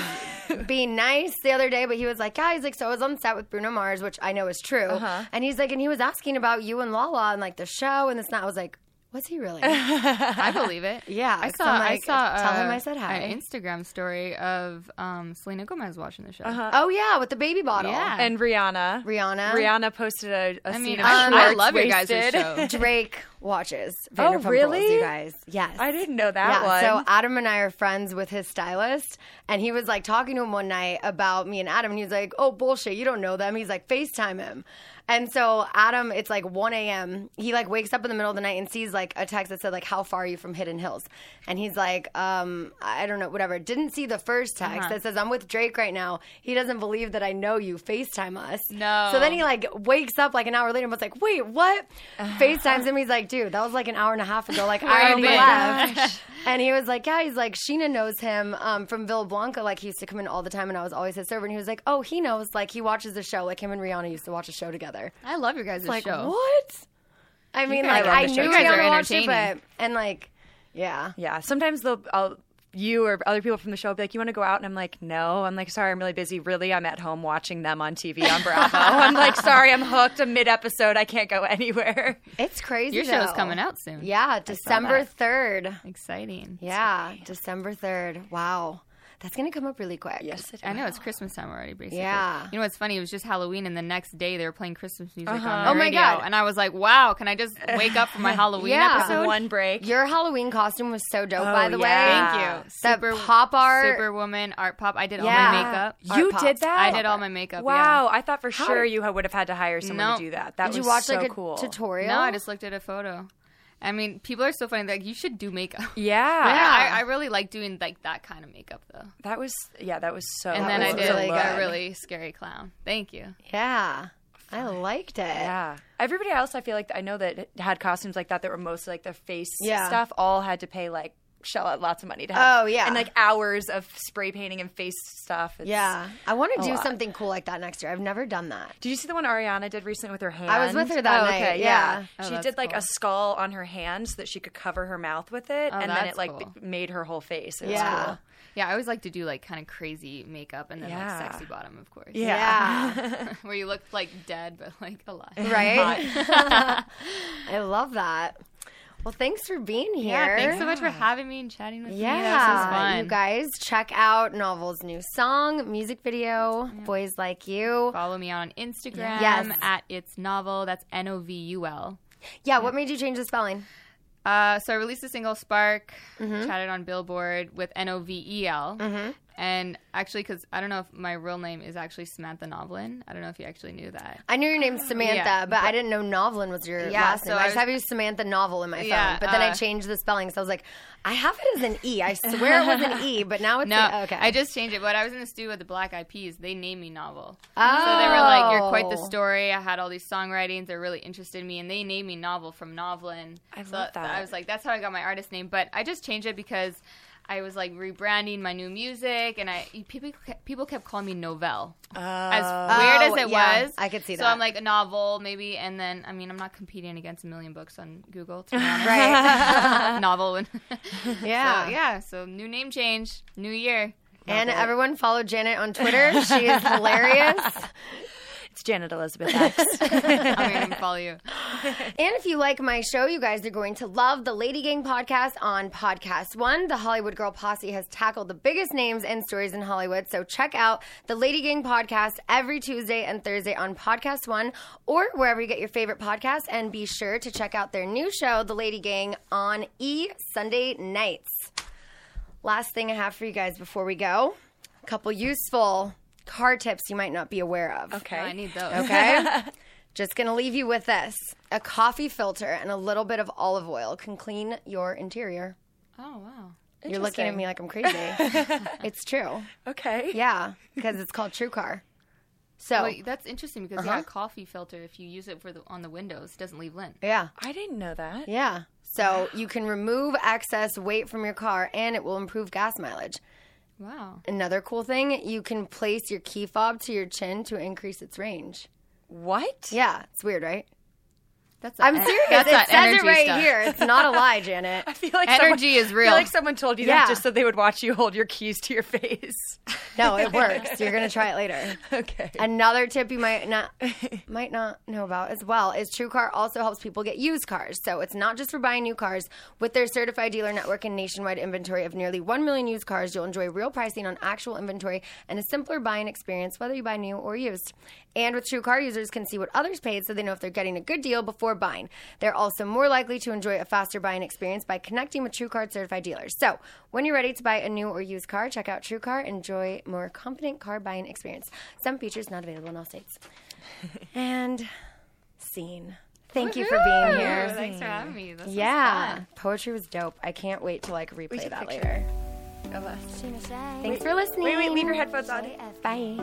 Speaker 3: being nice the other day, but he was like, "Yeah, he's like, so I was on set with Bruno Mars, which I know is true."
Speaker 5: Uh-huh.
Speaker 3: And he's like, and he was asking about you and Lala and like the show and this. And that. I was like, "Was he really?"
Speaker 5: Uh-huh. I believe it.
Speaker 3: Yeah,
Speaker 5: I
Speaker 3: 'cause
Speaker 5: saw.
Speaker 3: I'm
Speaker 5: I
Speaker 3: like,
Speaker 5: saw.
Speaker 3: tell him
Speaker 5: uh,
Speaker 3: I said hi.
Speaker 5: An Instagram story of um, Selena Gomez watching the show.
Speaker 3: oh yeah, with the baby bottle.
Speaker 5: Yeah.
Speaker 6: And Rihanna.
Speaker 3: Rihanna.
Speaker 6: Rihanna posted a, a
Speaker 5: I mean,
Speaker 6: scene of
Speaker 5: I, I
Speaker 6: Schwartz
Speaker 5: love your guys'
Speaker 6: wasted.
Speaker 5: show.
Speaker 3: Drake watches.
Speaker 6: Oh,
Speaker 3: Vanderpump Rules,
Speaker 6: really?
Speaker 3: you guys? Yes.
Speaker 6: I didn't know that
Speaker 3: yeah,
Speaker 6: one.
Speaker 3: So Adam and I are friends with his stylist, and he was like talking to him one night about me and Adam, and he's like, "Oh bullshit, you don't know them." He's like, "Facetime him," and so Adam, it's like 1 a.m. He like wakes up in the middle of the night and sees like a text that said like, "How far are you from Hidden Hills?" And he's like, um, "I don't know, whatever." Didn't see the first text
Speaker 6: Uh-huh.
Speaker 3: that says, "I'm with Drake right now." He doesn't believe that I know you. Facetime us.
Speaker 5: No.
Speaker 3: So then he like wakes up like an hour later and was like, "Wait, what?"
Speaker 6: Uh-huh.
Speaker 3: Facetimes him. He's like, "Dude, that was like an hour and a half ago. Like I already
Speaker 5: my
Speaker 3: left." And he was like, yeah, he's like, Sheena knows him um, from Villa Blanca. Like, he used to come in all the time, and I was always his server. And he was like, oh, he knows. Like, he watches the show. Like, him and Rihanna used to watch a show together.
Speaker 5: I love your guys'
Speaker 3: Like,
Speaker 5: show.
Speaker 3: what? I mean, like,
Speaker 5: guys are
Speaker 3: I
Speaker 5: the show.
Speaker 3: knew
Speaker 5: You guys are
Speaker 3: Rihanna watched it, but,
Speaker 5: entertaining.
Speaker 3: and like, yeah.
Speaker 6: Yeah, sometimes they'll I'll, you or other people from the show will be like, "You want to go out?" And I'm like, "No." I'm like, "Sorry, I'm really busy. Really, I'm at home watching them on TV on Bravo." I'm like, "Sorry, I'm hooked. I'm mid episode. I can't go anywhere."
Speaker 3: It's crazy.
Speaker 5: Your show's
Speaker 3: though.
Speaker 5: coming out soon.
Speaker 3: Yeah, December 3rd.
Speaker 5: Exciting.
Speaker 3: Yeah, December 3rd. Wow. That's going to come up really quick.
Speaker 6: Yes,
Speaker 5: I know it's Christmas time already, basically.
Speaker 3: Yeah.
Speaker 5: You know what's funny? It was just Halloween, and the next day they were playing Christmas music on the
Speaker 3: Oh my
Speaker 5: radio,
Speaker 3: God.
Speaker 5: And I was like, "Wow, can I just wake up from my Halloween
Speaker 3: Yeah.
Speaker 5: episode?"
Speaker 6: One break.
Speaker 3: Your Halloween costume was so dope,
Speaker 6: Oh,
Speaker 3: by the
Speaker 6: yeah.
Speaker 3: way.
Speaker 5: Thank you.
Speaker 3: That pop art.
Speaker 5: Superwoman, art pop. I
Speaker 3: Yeah.
Speaker 5: did all my makeup.
Speaker 3: Art
Speaker 6: Uh, you
Speaker 3: pop.
Speaker 6: did that.
Speaker 5: I did all my makeup.
Speaker 6: Wow, I thought for sure you would have had to hire someone
Speaker 5: Nope.
Speaker 6: to do that. That
Speaker 3: Did you
Speaker 6: was
Speaker 3: watch
Speaker 6: so
Speaker 3: like a
Speaker 6: cool.
Speaker 3: tutorial?
Speaker 5: Yeah. No, I just looked at a photo. I mean, people are so funny. They're Like, you should do makeup.
Speaker 6: Yeah,
Speaker 5: I, I really like doing like that kind of makeup though.
Speaker 6: that was yeah, that was so.
Speaker 5: And then
Speaker 3: was
Speaker 5: I did
Speaker 3: really
Speaker 5: like, a
Speaker 3: good.
Speaker 5: really scary clown. Thank you.
Speaker 3: Yeah. I liked it.
Speaker 6: Yeah. Everybody else, I feel like I know that had costumes like that that were mostly like the face
Speaker 3: Yeah.
Speaker 6: stuff, all had to pay like shell out lots of money to have.
Speaker 3: Oh, yeah.
Speaker 6: and like hours of spray painting and face stuff. It's-
Speaker 3: Yeah, I want to do
Speaker 6: lot.
Speaker 3: something cool like that next year. I've never done that.
Speaker 6: Did you see the one Ariana did recently with her hand?
Speaker 3: was with her that
Speaker 6: oh,
Speaker 3: night,
Speaker 6: Okay,
Speaker 3: yeah.
Speaker 6: yeah.
Speaker 5: Oh,
Speaker 6: she
Speaker 5: that's
Speaker 6: did like
Speaker 5: cool.
Speaker 6: a skull on her hand so that she could cover her mouth with it, and then
Speaker 5: that's
Speaker 6: it like
Speaker 5: cool.
Speaker 6: b- made her whole face. It was
Speaker 3: Oh, Yeah.
Speaker 6: cool.
Speaker 5: Yeah, I always like to do like kind of crazy makeup and then
Speaker 6: Yeah.
Speaker 5: like sexy bottom, of course.
Speaker 3: Yeah,
Speaker 5: Where you look like dead but like alive.
Speaker 3: right. I love that. Well, thanks for being here.
Speaker 5: Yeah, thanks so much for having me and chatting with me. This was
Speaker 3: Yeah,
Speaker 5: fun.
Speaker 3: you guys check out Novel's new song, music video, "Boys Like You."
Speaker 5: Follow me on Instagram
Speaker 3: Yes.
Speaker 5: at its novel. That's N O V U L.
Speaker 3: Yeah, what made you change the spelling?
Speaker 5: Uh, so I released a single, Spark, chatted on Billboard with N O V E L. And actually, because I don't know if my real name is actually Samantha Novelin. I don't know if you actually knew that.
Speaker 3: I knew your name's Samantha,
Speaker 5: Yeah,
Speaker 3: but, I didn't know Novelin was your
Speaker 5: Yeah,
Speaker 3: last name.
Speaker 5: so
Speaker 3: I
Speaker 5: I
Speaker 3: just
Speaker 5: was-
Speaker 3: have you Samantha Novel in my
Speaker 5: Yeah,
Speaker 3: phone, but then I
Speaker 5: uh,
Speaker 3: changed the spelling, so I was like, I have it as an E. I swear it was an E, but now it's
Speaker 5: No,
Speaker 3: a- okay.
Speaker 5: I just changed it. But I was in the studio with the Black Eyed Peas. They named me Novel. So they were like, "You're quite the
Speaker 3: Oh.
Speaker 5: story." I had all these songwritings. They're really interested in me, and they named me Novel from Novelin.
Speaker 6: I
Speaker 5: So
Speaker 6: love that.
Speaker 5: I was like, "That's how I got my artist name." But I just changed it because I was like rebranding my new music, and I people kept- people kept calling me Novell. as weird
Speaker 3: Oh,
Speaker 5: as it
Speaker 3: yeah,
Speaker 5: was,
Speaker 3: I could see
Speaker 5: so
Speaker 3: that.
Speaker 5: I'm like a novel, maybe, and then I mean, I'm not competing against a million books on Google. To be
Speaker 3: right.
Speaker 5: honest. novel and
Speaker 3: Yeah.
Speaker 5: so, yeah. So new name change, new year.
Speaker 3: And everyone follow Janet on Twitter. She is hilarious.
Speaker 6: It's Janet Elizabeth X.
Speaker 5: I'm going to follow you.
Speaker 3: And if you like my show, you guys are going to love the Lady Gang podcast on Podcast One. The Hollywood Girl Posse has tackled the biggest names and stories in Hollywood. So check out the Lady Gang podcast every Tuesday and Thursday on Podcast One or wherever you get your favorite podcasts. And be sure to check out their new show, The Lady Gang, on E Sunday nights. Last thing I have for you guys before we go a couple useful car tips you might not be aware of.
Speaker 6: Okay.
Speaker 5: Oh, I need those.
Speaker 3: Okay. Just gonna leave you with this. A coffee filter and a little bit of olive oil can clean your interior.
Speaker 5: Oh wow.
Speaker 3: You're looking at me like I'm crazy. it's true.
Speaker 6: Okay.
Speaker 3: Yeah, because it's called True Car. So,
Speaker 5: Wait, that's interesting because yeah, a coffee filter, if you use it for the on the windows, doesn't leave lint.
Speaker 3: yeah,
Speaker 6: I didn't know that.
Speaker 3: yeah. So you can remove excess weight from your car and it will improve gas mileage.
Speaker 5: Wow.
Speaker 3: Another cool thing, you can place your key fob to your chin to increase its range.
Speaker 6: What?
Speaker 3: Yeah, it's weird, right?
Speaker 5: That's
Speaker 3: I'm serious.
Speaker 5: That's
Speaker 3: it
Speaker 5: that
Speaker 3: says it
Speaker 5: energy
Speaker 3: right
Speaker 5: stuff.
Speaker 3: here. It's not a lie, Janet.
Speaker 6: I feel like
Speaker 5: Energy
Speaker 6: someone-
Speaker 5: is
Speaker 6: I
Speaker 5: real.
Speaker 6: feel like someone told you
Speaker 3: Yeah.
Speaker 6: that just so they would watch you hold your keys to your face.
Speaker 3: No, it works. You're gonna try it later.
Speaker 6: okay.
Speaker 3: Another tip you might not might not know about as well is TrueCar also helps people get used cars. So it's not just for buying new cars. With their certified dealer network and nationwide inventory of nearly 1 million used cars, you'll enjoy real pricing on actual inventory and a simpler buying experience whether you buy new or used. And with TrueCar, users can see what others paid so they know if they're getting a good deal before buying. They're also more likely to enjoy a faster buying experience by connecting with TrueCar certified dealers. So when you're ready to buy a new or used car, check out TrueCar. Enjoy more confident car buying experience. Some features not available in all states. And scene. Thank you for being
Speaker 5: Yeah,
Speaker 3: here.
Speaker 5: Thanks for having me. This was
Speaker 3: Yeah,
Speaker 5: fun.
Speaker 3: poetry was dope. I can't wait to like replay that later. Thanks
Speaker 7: Thanks
Speaker 3: for listening.
Speaker 6: Wait, wait, leave your headphones on.
Speaker 3: Bye.